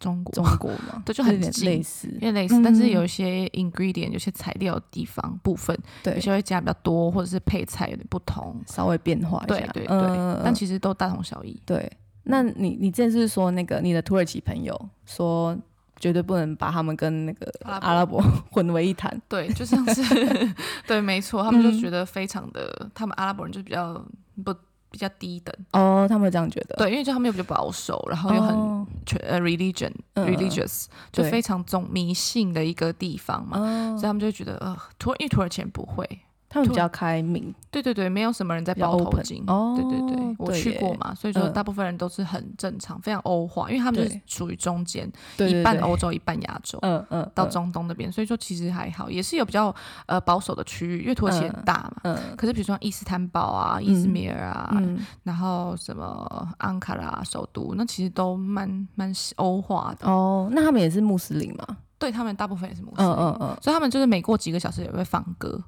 Speaker 1: 中国
Speaker 2: 中国嘛，
Speaker 1: 对就很
Speaker 2: 有点
Speaker 1: 近
Speaker 2: 类似，
Speaker 1: 因为类似，但是
Speaker 2: 嗯
Speaker 1: 有一些 ingredient，有些材料的地方部分，有
Speaker 2: 对，
Speaker 1: 些会加比较多，或者是配菜有点不同。
Speaker 2: 稍微变化一
Speaker 1: 对
Speaker 2: 下，
Speaker 1: 对对，
Speaker 2: 嗯
Speaker 1: 但
Speaker 2: 嗯
Speaker 1: 其实都大同小异。
Speaker 2: 对。那你你之前是说那个你的土耳其朋友说绝对不能把他们跟那个
Speaker 1: 阿拉伯
Speaker 2: 阿拉伯 [laughs] 混为一谈，
Speaker 1: 对，就像是 [laughs] 对，没错，他们就
Speaker 2: 嗯
Speaker 1: 觉得非常的，他们阿拉伯人就比较不比较低等，
Speaker 2: 哦，他们会这样觉得，
Speaker 1: 对，因为就他们又比较保守，然后又很
Speaker 2: 哦
Speaker 1: 全呃 religion
Speaker 2: 嗯
Speaker 1: religious，就
Speaker 2: 对
Speaker 1: 非常重迷信的一个地方嘛，
Speaker 2: 哦
Speaker 1: 所以他们就会觉得呃，土因为土耳其人不会，
Speaker 2: 他们比较开明，
Speaker 1: 对对对，没有什么人在
Speaker 2: 比较
Speaker 1: 包头
Speaker 2: open
Speaker 1: 巾。
Speaker 2: 哦
Speaker 1: 对对对，我去过
Speaker 2: 耶，
Speaker 1: 嘛，所以说
Speaker 2: 嗯
Speaker 1: 大部分人都是很正常，非常欧化，因为他们就是
Speaker 2: 对
Speaker 1: 属于中间，
Speaker 2: 对
Speaker 1: 一半，欧洲，一半亚洲，
Speaker 2: 对对嗯嗯，
Speaker 1: 到
Speaker 2: 嗯，
Speaker 1: 中东那边，所以说其实还好，也是有比较呃保守的区域，因为土耳其很
Speaker 2: 嗯
Speaker 1: 大嘛。
Speaker 2: 嗯
Speaker 1: 可是比如说伊斯坦堡啊、伊斯
Speaker 2: 嗯
Speaker 1: 米尔啊，
Speaker 2: 嗯，
Speaker 1: 然后什么安卡拉首都，那其实都蛮蛮欧化的。
Speaker 2: 哦，那他们也是穆斯林嘛？
Speaker 1: 对他们大部分也是穆斯
Speaker 2: 嗯
Speaker 1: 林，
Speaker 2: 嗯嗯，
Speaker 1: 所以他们就是每过几个小时也会放歌，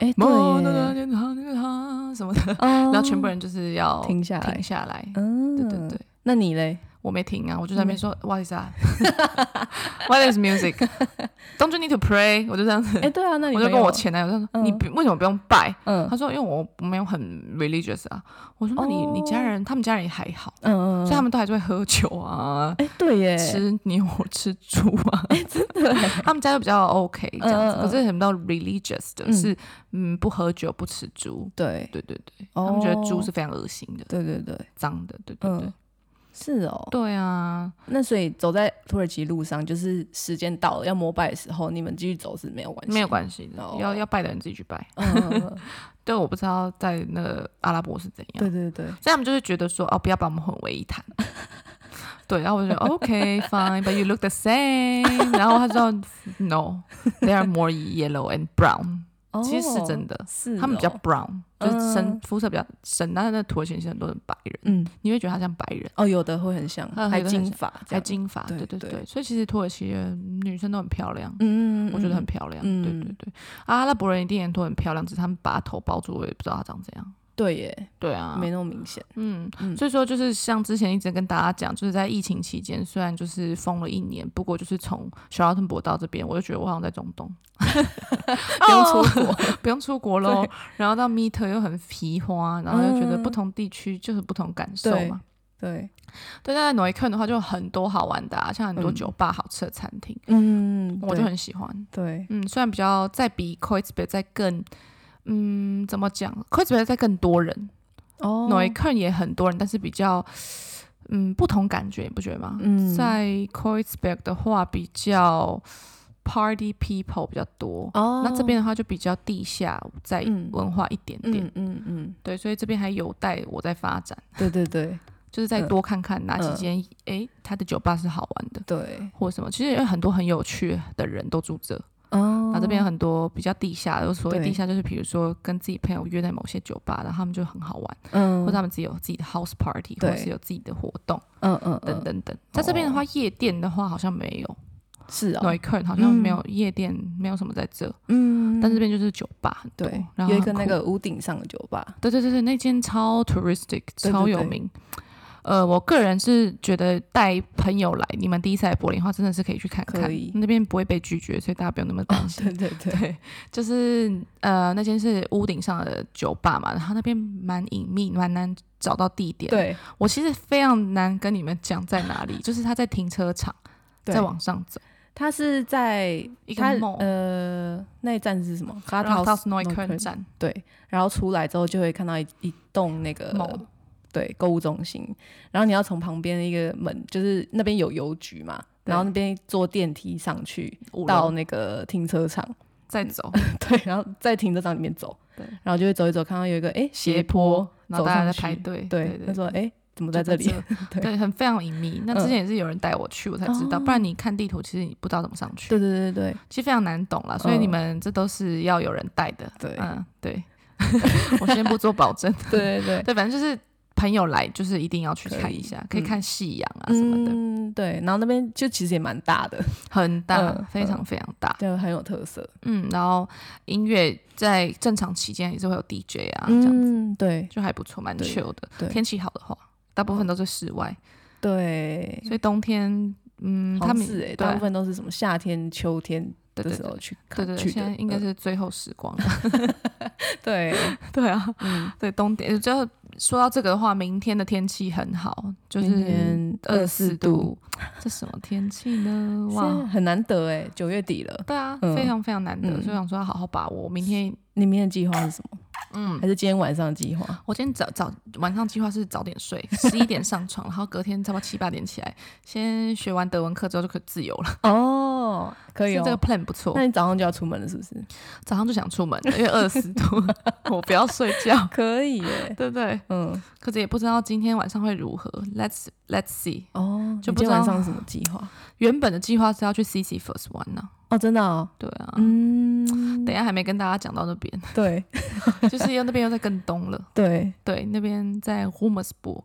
Speaker 2: 哎，对
Speaker 1: 莫那个那
Speaker 2: 耶，
Speaker 1: 个那个他什么的，
Speaker 2: 然
Speaker 1: 然后全部人就是要
Speaker 2: 停下来
Speaker 1: 停，下来。
Speaker 2: 嗯，
Speaker 1: 对对对，，
Speaker 2: 那你
Speaker 1: [laughs]
Speaker 2: 嘞？
Speaker 1: 我没停啊，我就在那边说 What is that? What is music? Don't you need to pray? 我就这样子，
Speaker 2: 哎，对啊，那你
Speaker 1: 我就
Speaker 2: 朋
Speaker 1: 跟我
Speaker 2: 友
Speaker 1: 前男友这样说，
Speaker 2: 嗯
Speaker 1: 你不为什么不用拜？
Speaker 2: 嗯
Speaker 1: 他说因为我没有很 religious 啊。我说那你你家
Speaker 2: 哦
Speaker 1: 人他们家人也还好，
Speaker 2: 嗯嗯，
Speaker 1: 所以他们都还是会喝酒啊，
Speaker 2: 哎，对耶，
Speaker 1: 吃牛吃猪啊， [laughs] 他们家就比较 OK 这样子。
Speaker 2: 嗯嗯嗯
Speaker 1: 可是很到 religious 的
Speaker 2: 嗯
Speaker 1: 是，嗯，不喝酒不吃猪，
Speaker 2: 对，
Speaker 1: 对对对，
Speaker 2: 哦
Speaker 1: 他们觉得猪是非常恶心的、
Speaker 2: 对对对，
Speaker 1: 脏的，对对对
Speaker 2: 嗯，，是哦。
Speaker 1: 对啊，
Speaker 2: 那所以走在土耳其路上，就是时间到了要膜拜的时候，你们继续走是没有关系，
Speaker 1: 没有关系的
Speaker 2: 哦，
Speaker 1: 要要拜的人自己去拜。
Speaker 2: 嗯。嗯，嗯嗯
Speaker 1: 对，我不知道在那个阿拉伯是怎样
Speaker 2: 对，对对，
Speaker 1: 所以他们就是觉得说，哦，不要把我们混为一
Speaker 2: [laughs]
Speaker 1: 谈。对，然后我就觉得 OK fine，but you look the same。然后他说 No，they are more yellow and brown。
Speaker 2: 哦
Speaker 1: 其实是真的
Speaker 2: 是
Speaker 1: 他们比较
Speaker 2: 哦
Speaker 1: brown，就是深
Speaker 2: 嗯
Speaker 1: 肤色比较深，但是那土耳其人其实很多人白人，
Speaker 2: 嗯
Speaker 1: 你会觉得他像白人，
Speaker 2: 哦，有的会很像，
Speaker 1: 还有
Speaker 2: 还
Speaker 1: 的很
Speaker 2: 金
Speaker 1: 像
Speaker 2: 发这
Speaker 1: 还
Speaker 2: 样，
Speaker 1: 金发，
Speaker 2: 对
Speaker 1: 对对
Speaker 2: 对
Speaker 1: 对，所以其实土耳其人女生都很漂亮，
Speaker 2: 嗯嗯，嗯
Speaker 1: 我觉得很
Speaker 2: 嗯
Speaker 1: 漂亮，
Speaker 2: 嗯
Speaker 1: 对对对，阿拉伯人一定也都很漂亮，只是他们把头包住，我也不知道他长怎样。
Speaker 2: 对耶，
Speaker 1: 对啊，
Speaker 2: 没那么明显，
Speaker 1: 嗯，
Speaker 2: 嗯
Speaker 1: 所以说就是像之前一直跟大家讲，就是在疫情期间，虽然就是封了一年，不过就是从小奥顿博到这边，我就觉得我好像在中
Speaker 2: [laughs]
Speaker 1: 东，
Speaker 2: 不用出
Speaker 1: 国， [laughs] 不用出国喽。然后到 Meet 又很皮花，然后又觉得不同地区就是不同感受嘛。
Speaker 2: 嗯对，
Speaker 1: 对，但在挪威克的话，就有很多好玩的、啊，像很多
Speaker 2: 嗯
Speaker 1: 酒吧、好吃的餐厅，
Speaker 2: 嗯，
Speaker 1: 我
Speaker 2: 对
Speaker 1: 就很喜欢。
Speaker 2: 对，
Speaker 1: 嗯，虽然比较再比 c o i t s b e 再更，嗯，怎么讲 c o i t s b e 再更多人，
Speaker 2: 哦，
Speaker 1: 挪威克也很多人，但是比较嗯不同感觉，你不觉得吗？
Speaker 2: 嗯
Speaker 1: 在 Kreuzberg 的话比较 party people 比较多，
Speaker 2: 哦，
Speaker 1: 那这边的话就比较地下再
Speaker 2: 嗯
Speaker 1: 文化一点点。
Speaker 2: 嗯嗯嗯，
Speaker 1: 对，所以这边还有待我在发展，
Speaker 2: 对对对
Speaker 1: 就是再
Speaker 2: 嗯
Speaker 1: 多看看哪几
Speaker 2: 嗯
Speaker 1: 间诶，它的酒吧是好玩的。 [laughs]
Speaker 2: 对，
Speaker 1: 或什么，其实有很多很有趣的人都住这，
Speaker 2: 哦
Speaker 1: 然后这边有很多比较地下，有所谓
Speaker 2: 对
Speaker 1: 地下就是比如说跟自己朋友约在某些酒吧，然后他们就很好玩，
Speaker 2: 嗯，
Speaker 1: 或者他们自己有自己的 house party，或
Speaker 2: 对
Speaker 1: 者是有自己的活动
Speaker 2: 嗯嗯
Speaker 1: 等
Speaker 2: 嗯，
Speaker 1: 等哦等。在这边的话，夜店的话好像没有，
Speaker 2: 是啊，
Speaker 1: 诺伊克尔好像没有夜店，没有什么在这，
Speaker 2: 嗯，
Speaker 1: 但这边就是酒吧很多
Speaker 2: 对，
Speaker 1: 然后
Speaker 2: 有一
Speaker 1: 很
Speaker 2: 个那
Speaker 1: 酷
Speaker 2: 个屋顶上的酒吧，
Speaker 1: 对对对对，那间超 touristic，
Speaker 2: 对
Speaker 1: 超有
Speaker 2: 对
Speaker 1: 名。呃，我个人是觉得带朋友来，你们第一次来柏林的话，真的是可以去看看
Speaker 2: 可以，
Speaker 1: 那边不会被拒绝，所以大家不用那么担心。
Speaker 2: 对对对，
Speaker 1: [laughs] 对，就是呃，那间是屋顶上的酒吧嘛，然后那边蛮隐秘，蛮难找到地点。，
Speaker 2: 对，
Speaker 1: 我其实非常难跟你们讲在哪里， [laughs] 就是它在停车场，[laughs]
Speaker 2: 对
Speaker 1: 再往上走，
Speaker 2: 它是在
Speaker 1: 一个
Speaker 2: 它
Speaker 1: mall
Speaker 2: 呃那一站是什么？卡
Speaker 1: 然后到
Speaker 2: s
Speaker 1: s n o i k e n 站，
Speaker 2: 对，然后出来之后就会看到一一栋那个
Speaker 1: Mall
Speaker 2: 对购物中心，然后你要从旁边的一个门，就是那边有邮局嘛，
Speaker 1: 对
Speaker 2: 然后那边坐电梯上去
Speaker 1: 五
Speaker 2: 到
Speaker 1: 楼
Speaker 2: 那个停车场， [laughs]
Speaker 1: 再走，
Speaker 2: 对，然后在停车场里面走，
Speaker 1: 对，
Speaker 2: 然后就会走一走，看到有一个哎
Speaker 1: 斜
Speaker 2: 坡
Speaker 1: 坡，，然
Speaker 2: 走
Speaker 1: 后大家
Speaker 2: 上
Speaker 1: 在排
Speaker 2: 去，
Speaker 1: 队，
Speaker 2: 对，他
Speaker 1: 对
Speaker 2: 说哎怎么
Speaker 1: 就
Speaker 2: 在这 [laughs] 里？对
Speaker 1: 对，很非常隐秘。那之前也是有人带我去，我才知道，
Speaker 2: 哦
Speaker 1: 不然你看地图，其实你不知道怎么上去，
Speaker 2: 对对对对
Speaker 1: 其实非常难懂啦。所以
Speaker 2: 嗯
Speaker 1: 你们这都是要有人带的。
Speaker 2: 对
Speaker 1: 嗯， [laughs] 对， [laughs] 我先不做保证。 [laughs]
Speaker 2: 对对对，
Speaker 1: 对，反正就是朋友来，就是一定要去
Speaker 2: 可以
Speaker 1: 看一下，可以
Speaker 2: 嗯
Speaker 1: 看夕阳啊什么的，
Speaker 2: 嗯，对，然后那边就其实也蛮大的，
Speaker 1: 很大
Speaker 2: 嗯，
Speaker 1: 非常非常大。
Speaker 2: 就很有特色，
Speaker 1: 嗯，然后音乐在正常期间也是会有 DJ 啊，这样子
Speaker 2: 嗯，对
Speaker 1: 就还不错，蛮
Speaker 2: 对
Speaker 1: chill 的。
Speaker 2: 对
Speaker 1: 天气好的话，大部分都是室外，
Speaker 2: 对，
Speaker 1: 所以冬天，嗯，
Speaker 2: 好
Speaker 1: 他
Speaker 2: 像
Speaker 1: 们
Speaker 2: 是哎，
Speaker 1: 对
Speaker 2: 大
Speaker 1: 啊
Speaker 2: 部分都是什么夏天、秋天
Speaker 1: 对
Speaker 2: 的
Speaker 1: 对
Speaker 2: 时
Speaker 1: 对
Speaker 2: 候去
Speaker 1: 对
Speaker 2: 看
Speaker 1: 对对，
Speaker 2: 去的，
Speaker 1: 现在应该
Speaker 2: 嗯
Speaker 1: 是最后时光了。
Speaker 2: [laughs] 对，
Speaker 1: [laughs] 对啊，
Speaker 2: 嗯，
Speaker 1: 对冬天，就说到这个的话，明天的天气很好，就
Speaker 2: 明
Speaker 1: 是
Speaker 2: 天
Speaker 1: 二
Speaker 2: 四
Speaker 1: 四度，，这什么天气呢？哇，
Speaker 2: 哇，很难得哎，九月底了，
Speaker 1: 对啊，
Speaker 2: 嗯
Speaker 1: 非常非常难得，
Speaker 2: 嗯
Speaker 1: 所以我想说要好好把握。明天，
Speaker 2: 你明天的计划是什么？
Speaker 1: 嗯，
Speaker 2: 还是今天晚上的计
Speaker 1: [laughs]
Speaker 2: 划？
Speaker 1: 我今天早早晚上计划是早点睡，十一点上床，然后隔天差不多七八点起来，先学完德文课之后就可以自由了。
Speaker 2: 哦，可以
Speaker 1: 所以这个
Speaker 2: 哦。
Speaker 1: plan 不错
Speaker 2: 那，你早上就要出门了，是不是？
Speaker 1: 早上就想出门了，因为二十
Speaker 2: [laughs]
Speaker 1: 度，我不要睡觉，
Speaker 2: 可以
Speaker 1: [laughs]
Speaker 2: 耶，
Speaker 1: 对不对？
Speaker 2: 嗯，
Speaker 1: 可是也不知道今天晚上会如何，Let's Let's see。
Speaker 2: 哦，
Speaker 1: 就
Speaker 2: 你
Speaker 1: 不知
Speaker 2: 今天晚
Speaker 1: 道
Speaker 2: 上有什么计划？
Speaker 1: 原本的计划是要去 CC First 玩呢、
Speaker 2: 哦，真的哦，
Speaker 1: 对啊。
Speaker 2: 嗯，
Speaker 1: 等一下还没跟大家讲到那边，
Speaker 2: 对
Speaker 1: 就是又那边又在更东了。
Speaker 2: 对，
Speaker 1: 对，那边在 Rumersburg，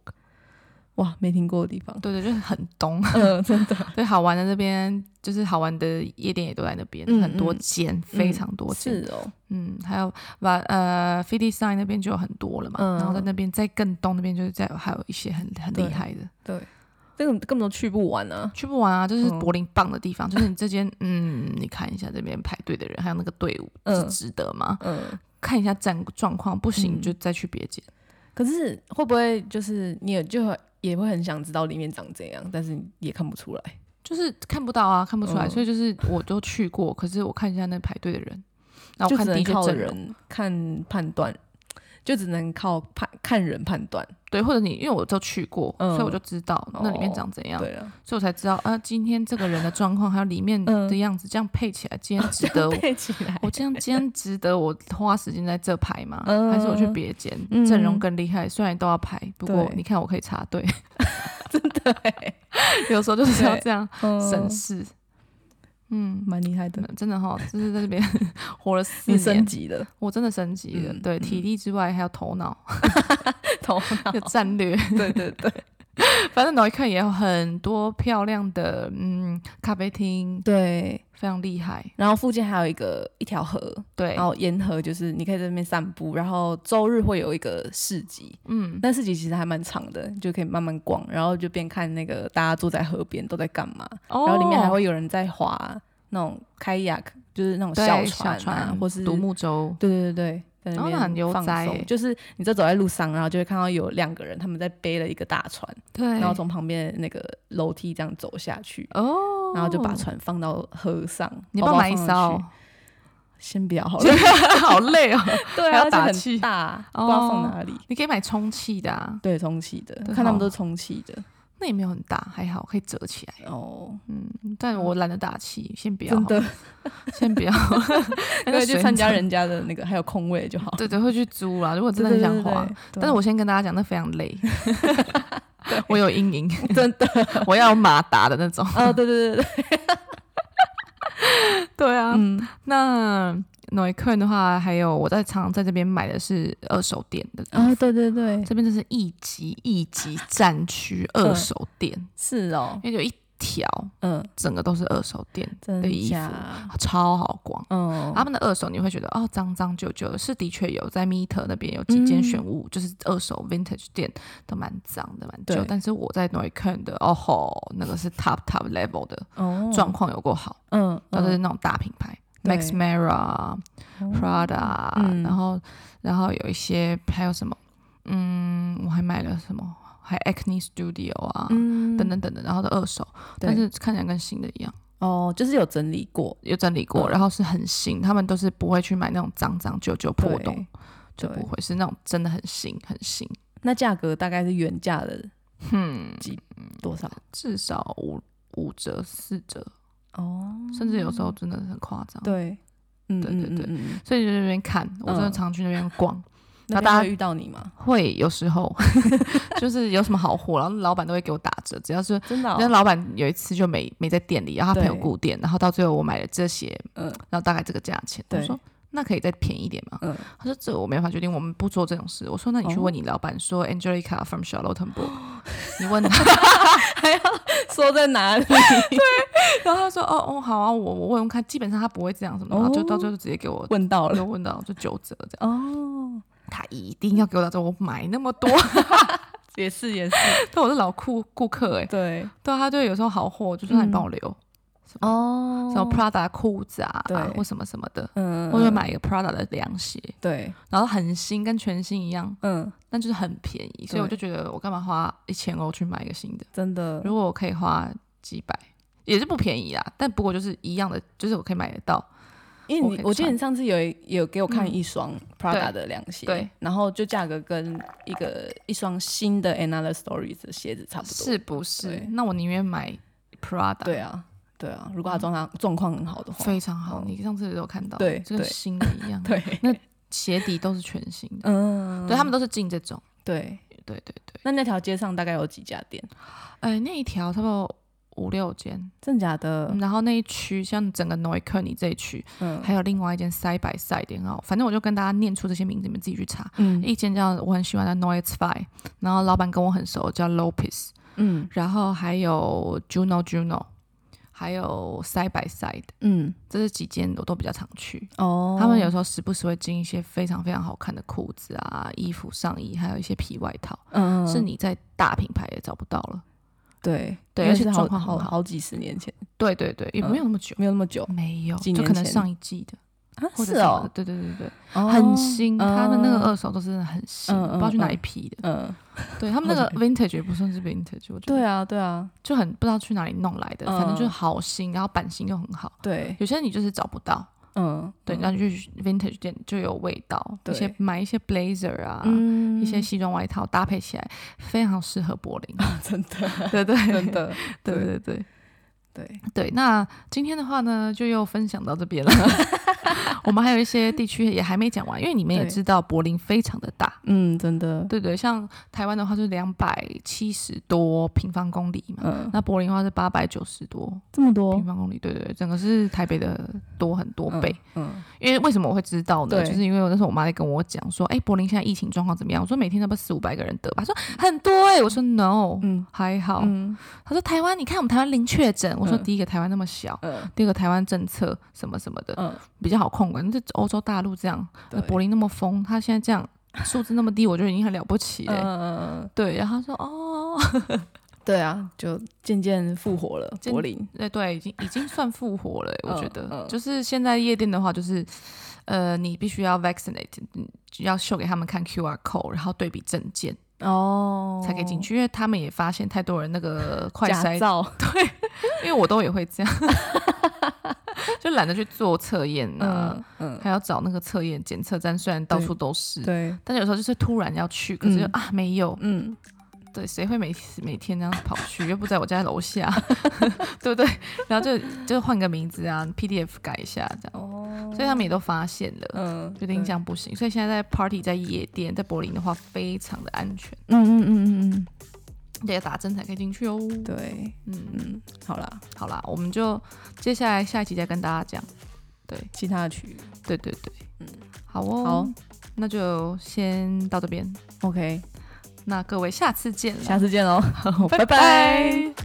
Speaker 2: 哇，没听过的地方。
Speaker 1: 对对，就是很东。
Speaker 2: 嗯，真的
Speaker 1: [laughs] 对，好玩的那边就是好玩的夜店也都在那边，
Speaker 2: 嗯
Speaker 1: 很多
Speaker 2: 嗯
Speaker 1: 间，非常多间。
Speaker 2: 是哦，
Speaker 1: 嗯，还有把呃 f i d i Sign 那边就有很多了嘛，
Speaker 2: 嗯
Speaker 1: 然后在那边在更东那边就是在还有一些很很
Speaker 2: 对
Speaker 1: 厉害的，
Speaker 2: 对，这个根本都去不完啊。
Speaker 1: 去不完啊，就是
Speaker 2: 嗯
Speaker 1: 柏林棒的地方，就是你这间 [laughs] 嗯，你看一下这边排队的人，还有那个队伍，是
Speaker 2: 嗯
Speaker 1: 值得吗？
Speaker 2: 嗯，
Speaker 1: 看一下战状况，不行
Speaker 2: 嗯
Speaker 1: 就再去别间。
Speaker 2: 可是会不会就是你也就也会很想知道里面长怎样，但是你也看不出来。
Speaker 1: 就是看不到啊，看不出来，
Speaker 2: 嗯
Speaker 1: 所以就是我都去过，可是我看一下那排队的人，然后
Speaker 2: 就
Speaker 1: 我看
Speaker 2: 只
Speaker 1: 的
Speaker 2: 能
Speaker 1: 确
Speaker 2: 靠
Speaker 1: 阵容，
Speaker 2: 人看判断，就只能靠判看人判断。
Speaker 1: 对，或者你因为我都去过，
Speaker 2: 嗯哦
Speaker 1: 所以我就知道那里面长怎样，
Speaker 2: 对了， [laughs]
Speaker 1: 所以我才知道啊，今天这个人的状况还有里面
Speaker 2: 嗯
Speaker 1: 的样子，这样配起来，今天值得我。
Speaker 2: 配起来，
Speaker 1: 我这样今天值得我花时间在这排吗？
Speaker 2: 嗯
Speaker 1: 还是我去别间
Speaker 2: 嗯
Speaker 1: 阵容更厉害？虽然都要排，不过
Speaker 2: 对
Speaker 1: 你看我可以插队， [laughs]
Speaker 2: 对，
Speaker 1: 有时候就是要
Speaker 2: 对
Speaker 1: 这样省
Speaker 2: [laughs] 嗯，
Speaker 1: 事。嗯，
Speaker 2: 蛮厉害的，
Speaker 1: 真的哈，就是在这边 [laughs] 活了四
Speaker 2: 你
Speaker 1: 年
Speaker 2: 升，级了，
Speaker 1: 我真的升级了，
Speaker 2: 嗯
Speaker 1: 对，体力之外还有头
Speaker 2: [laughs]
Speaker 1: 脑、
Speaker 2: 头
Speaker 1: 有战略，
Speaker 2: [laughs] 对对对
Speaker 1: 反正脑一看也有很多漂亮的，嗯，咖啡厅
Speaker 2: 对。
Speaker 1: 非常厉害，
Speaker 2: 然后附近还有一个一条河，
Speaker 1: 对
Speaker 2: 然，后沿河就是你可以在那边散步，然后周日会有一个市集，
Speaker 1: 嗯，
Speaker 2: 那市集其实还蛮长的，你就可以慢慢逛，然后就边看那个大家坐在河边都在干嘛，
Speaker 1: 然
Speaker 2: 然后里面还会有人在划那种 kayak，就是那种
Speaker 1: 对
Speaker 2: 小
Speaker 1: 小
Speaker 2: 船啊，或是
Speaker 1: 独木舟，
Speaker 2: 对对对对，在
Speaker 1: 哦
Speaker 2: 那
Speaker 1: 那很悠
Speaker 2: 边放
Speaker 1: 哉
Speaker 2: 松，
Speaker 1: 欸
Speaker 2: 就是你在走在路上，然后就会看到有两个人他们在背了一个大船，
Speaker 1: 对，
Speaker 2: 然后从旁边那个楼梯这样走下去，
Speaker 1: 哦，
Speaker 2: 然后就把船放到河上，
Speaker 1: 你
Speaker 2: 包
Speaker 1: 帮我
Speaker 2: 包
Speaker 1: 买一
Speaker 2: 放上
Speaker 1: 艘
Speaker 2: 去，，先不
Speaker 1: [laughs]
Speaker 2: 要好了，
Speaker 1: 好累哦，
Speaker 2: 对
Speaker 1: 还要
Speaker 2: 啊，而且
Speaker 1: 打
Speaker 2: 很
Speaker 1: 气
Speaker 2: 大，不知道放
Speaker 1: 哦
Speaker 2: 哪里。
Speaker 1: 你可以买充气的啊，
Speaker 2: 对，充气的，
Speaker 1: 对
Speaker 2: 看他
Speaker 1: 哦
Speaker 2: 们都是充气的
Speaker 1: 那也没有很大，还好可以折起来，
Speaker 2: 哦，
Speaker 1: 嗯，但我懒得打气，先不要，
Speaker 2: [laughs] 真的，
Speaker 1: 先不
Speaker 2: [laughs]
Speaker 1: 要，那个
Speaker 2: 对，去
Speaker 1: 水
Speaker 2: 参加
Speaker 1: 很
Speaker 2: 人家的那个还有空位就好。
Speaker 1: 对对，会去租啊啦。如果真的
Speaker 2: 对，
Speaker 1: 很想
Speaker 2: 对对
Speaker 1: 花
Speaker 2: 对，对
Speaker 1: 但是我先跟大家讲，那非常
Speaker 2: [laughs]
Speaker 1: 累， [laughs] 我有阴影，
Speaker 2: 真 [laughs] 的，
Speaker 1: 我要有马达的那种。
Speaker 2: 哦，对对对对，
Speaker 1: 对啊，
Speaker 2: [laughs] 嗯，
Speaker 1: 那 n o i k e n 的话，还有我在常在这边买的是二手店的，
Speaker 2: 啊，对对对，
Speaker 1: 这边就是一级一级战区二手店，
Speaker 2: 是哦，
Speaker 1: 因为有一条
Speaker 2: 嗯，
Speaker 1: 整个都是二手店，
Speaker 2: 真
Speaker 1: 的衣服
Speaker 2: 假，
Speaker 1: 超好逛。
Speaker 2: 嗯，
Speaker 1: 他们的二手你会觉得哦脏脏旧旧的，是的确有在 Meter 那边有几间
Speaker 2: 嗯
Speaker 1: 选物，就是二手 Vintage 店都蛮脏的蛮旧
Speaker 2: 对，
Speaker 1: 但是我在 n o i k e n 的哦吼，那个是 Top Top Level 的
Speaker 2: 哦
Speaker 1: 状，况有够好，
Speaker 2: 嗯，
Speaker 1: 都是
Speaker 2: 嗯
Speaker 1: 那种大品牌。
Speaker 2: 对
Speaker 1: Max Mara、Prada，、
Speaker 2: 哦嗯
Speaker 1: 然后然后有一些还有什么，嗯，我还买了什么，还 Acne Studio 啊，
Speaker 2: 嗯
Speaker 1: 等等等等，然后的二手，
Speaker 2: 对
Speaker 1: 但是看起来跟新的一样，
Speaker 2: 哦，就是有整理过，
Speaker 1: 有整理过，
Speaker 2: 嗯
Speaker 1: 然后是很新，他们都是不会去买那种脏脏旧旧破
Speaker 2: 对
Speaker 1: 洞，就
Speaker 2: 对
Speaker 1: 不会是那种真的很新很新，
Speaker 2: 那价格大概是原价的
Speaker 1: 嗯，
Speaker 2: 多少？
Speaker 1: 至少五五折四折，
Speaker 2: 哦，
Speaker 1: 甚至有时候真的是很夸张，，
Speaker 2: 对，嗯
Speaker 1: 对对
Speaker 2: 嗯
Speaker 1: 对
Speaker 2: 嗯嗯，
Speaker 1: 所以就在那边看，我真的
Speaker 2: 嗯
Speaker 1: 常去那边逛。那
Speaker 2: 那
Speaker 1: 大
Speaker 2: 大
Speaker 1: 家
Speaker 2: 家遇到你吗？
Speaker 1: 会有时候 [laughs] 就是有什么好货，然后老板都会给我打折。只要是
Speaker 2: 真的哦，
Speaker 1: 那老板有一次就没没在店里，然后他朋友
Speaker 2: 对
Speaker 1: 顾店，然后到最后我买了这些，
Speaker 2: 嗯
Speaker 1: 然后大概这个价钱，我
Speaker 2: 对
Speaker 1: 说那可以再便宜一点吗？
Speaker 2: 嗯
Speaker 1: 他说这我没办法决定，我们不做这种事。我说那你去
Speaker 2: 哦
Speaker 1: 问你老板，说 Angelica from
Speaker 2: [laughs]
Speaker 1: Charlottenburg，你问他，
Speaker 2: 还要 [laughs] 说在哪里？
Speaker 1: 然后他说哦哦好啊，我我问问看，基本上他不会这样什么的，然后就
Speaker 2: 哦
Speaker 1: 到最后就直接给我
Speaker 2: 问到
Speaker 1: 就
Speaker 2: 了
Speaker 1: 问到就九折这样，
Speaker 2: 哦，
Speaker 1: 他一定要给我打折，我买那么
Speaker 2: [laughs]
Speaker 1: 多，
Speaker 2: 也是也是，
Speaker 1: 但我是老顾顾客哎、
Speaker 2: 对
Speaker 1: 对啊，他就有时候好货，我就说那你
Speaker 2: 嗯
Speaker 1: 帮我留、
Speaker 2: 哦
Speaker 1: 什么 Prada 裤子啊，
Speaker 2: 对
Speaker 1: 或什么什么的，
Speaker 2: 嗯，
Speaker 1: 或者买一个 Prada 的凉鞋，
Speaker 2: 对，
Speaker 1: 然后很新，跟全新一样，
Speaker 2: 嗯，
Speaker 1: 但就是很便宜，所以我就觉得我干嘛花一千欧去买一个新的？
Speaker 2: 真的，
Speaker 1: 如果我可以花几百，也是不便宜啦，但不过就是一样的，就是我可以买得到。
Speaker 2: 因
Speaker 1: 我
Speaker 2: 为
Speaker 1: 可
Speaker 2: 你
Speaker 1: 以
Speaker 2: 我记得
Speaker 1: 穿
Speaker 2: 你上次有一有给我看
Speaker 1: 嗯
Speaker 2: 一双 Prada 的凉鞋，
Speaker 1: 对，
Speaker 2: 然后就价格跟一个一双新的 Another Stories 的鞋子差不多，
Speaker 1: 是啊不是
Speaker 2: 对？
Speaker 1: 那我宁愿买 Prada，
Speaker 2: 对啊，对啊，如果它状况状况很好的话，
Speaker 1: 嗯非常好。
Speaker 2: 哦
Speaker 1: 你上次有看到，
Speaker 2: 对
Speaker 1: 这个
Speaker 2: 对
Speaker 1: 新的一样，
Speaker 2: [laughs] 对，
Speaker 1: 鞋底都是全新的，
Speaker 2: 嗯，
Speaker 1: 对他们都是进这种，
Speaker 2: 对，
Speaker 1: 对对对。
Speaker 2: 那那条街上大概有几家店？
Speaker 1: 哎，那一条差不多五六间，
Speaker 2: 真假的
Speaker 1: 嗯？然后那一区像整个 n o i k e r 你这一区，
Speaker 2: 嗯
Speaker 1: 还有另外一间 side by side 店哦，反正我就跟大家念出这些名字，你们自己去查。
Speaker 2: 嗯
Speaker 1: 一间叫我很喜欢的 Noise Five，然后老板跟我很熟，叫 Lopez，
Speaker 2: 嗯
Speaker 1: 然后还有 Juno Juno，还有 Side by Side，
Speaker 2: 嗯
Speaker 1: 这是几间我都比较常去。
Speaker 2: 哦，
Speaker 1: 他们有时候时不时会进一些非常非常好看的裤子啊、衣服、上衣，还有一些皮外套，
Speaker 2: 嗯
Speaker 1: 是你在大品牌也找不到了。
Speaker 2: 对
Speaker 1: 对
Speaker 2: 因为
Speaker 1: 而且
Speaker 2: 是好
Speaker 1: 状况很
Speaker 2: 好
Speaker 1: 好
Speaker 2: 好几十年前，
Speaker 1: 对对对，也没有那么久，
Speaker 2: 嗯没有那么久
Speaker 1: 没有，
Speaker 2: 几
Speaker 1: 就
Speaker 2: 年
Speaker 1: 可能
Speaker 2: 前
Speaker 1: 上一季的，
Speaker 2: 啊
Speaker 1: 或者
Speaker 2: 是
Speaker 1: 什么的
Speaker 2: 哦，
Speaker 1: 对对对对。
Speaker 2: 哦
Speaker 1: 很新，他们那个
Speaker 2: 嗯
Speaker 1: 二手都是真的很新，
Speaker 2: 嗯嗯
Speaker 1: 不知道去哪一批的。
Speaker 2: 嗯，
Speaker 1: 对他们那个 vintage 也不算是 vintage，我觉得
Speaker 2: 对啊对啊
Speaker 1: 就很不知道去哪里弄来的，
Speaker 2: 嗯
Speaker 1: 反正就是好新，然后版型又很好。
Speaker 2: 对，
Speaker 1: 有些你就是找不到，
Speaker 2: 嗯
Speaker 1: 对，然后你去 vintage 店就有味道。
Speaker 2: 对
Speaker 1: 一些买一些 blazer 啊，
Speaker 2: 嗯
Speaker 1: 一些西装外套搭配起来非常适合柏林。
Speaker 2: [laughs] 真的
Speaker 1: 对对
Speaker 2: 真，的
Speaker 1: [laughs] 对对对
Speaker 2: [laughs] 对，
Speaker 1: 对。那今天的话呢，就又分享到这
Speaker 2: [laughs]
Speaker 1: 边了。我们还有一些地区也还没讲完，因为你们也
Speaker 2: 对
Speaker 1: 知道柏林非常的大，
Speaker 2: 嗯真的
Speaker 1: 对对，像台湾的话是两百七十多平方公里嘛，
Speaker 2: 嗯
Speaker 1: 那柏林的话是八百九十多
Speaker 2: 这么多
Speaker 1: 平方公里，对对，对整个是台北的多很多倍。，
Speaker 2: 嗯
Speaker 1: 因为为什么我会知道呢？
Speaker 2: 对
Speaker 1: 就是因为我那时候我妈在跟我讲说，哎，柏林现在疫情状况怎么样？我说每天都不四五百个人得吧，她说很多哎、我说 no，、
Speaker 2: 嗯
Speaker 1: 还好。
Speaker 2: 嗯
Speaker 1: 她说台湾，你看我们台湾零确诊，我说
Speaker 2: 嗯
Speaker 1: 第一个台湾那么小。
Speaker 2: 嗯
Speaker 1: 第二个台湾政策什么什么的
Speaker 2: 嗯，
Speaker 1: 比较好控管，这欧洲大陆这样，那柏林那么疯，他现在这样数字那么低，我觉得已经很了不起
Speaker 2: 对
Speaker 1: 了。
Speaker 2: 嗯嗯嗯
Speaker 1: 对，然后他说哦， [laughs]
Speaker 2: 对啊，就渐渐复活了
Speaker 1: 渐
Speaker 2: 柏林，
Speaker 1: 对对，已经已经算复活了欸，我觉得、
Speaker 2: 嗯嗯
Speaker 1: 就是现在夜店的话，就是呃，你必须要 vaccinate，嗯要秀给他们看 QR code，然后对比证件
Speaker 2: 哦
Speaker 1: 才可以进。去，因为他们也发现太多人那
Speaker 2: [laughs]
Speaker 1: 个快
Speaker 2: 假
Speaker 1: 筛，
Speaker 2: 造，
Speaker 1: 因为我都也会这样， [laughs] 就懒得去做测验啊，
Speaker 2: 嗯嗯，
Speaker 1: 还要找那个测验检测站，虽然到
Speaker 2: 对
Speaker 1: 处都是。
Speaker 2: 对，
Speaker 1: 但有时候就是突然要去，可是就、
Speaker 2: 嗯
Speaker 1: 啊没有，
Speaker 2: 嗯，
Speaker 1: 对，谁会每每天这样跑去？又不在我家楼下， [laughs] 对不对？然后就就换个名字啊，PDF 改一下这样。
Speaker 2: 哦
Speaker 1: 所以他们也都发现了，
Speaker 2: 嗯，
Speaker 1: 决定这样不行。所以现在在 party 在夜店在柏林的话，非常的安全，
Speaker 2: 对，嗯嗯嗯嗯嗯，
Speaker 1: 得打针才可以进去哦。
Speaker 2: 对，
Speaker 1: 嗯，
Speaker 2: 嗯，好啦，
Speaker 1: 好啦，我们就接下来下一期再跟大家讲。
Speaker 2: 其他的区域
Speaker 1: 对对对，
Speaker 2: 嗯，
Speaker 1: 好哦，
Speaker 2: 好，
Speaker 1: 那就先到这边。
Speaker 2: ，OK，
Speaker 1: 那各位下次见啦，
Speaker 2: [laughs] 下次见喽，拜
Speaker 1: 拜拜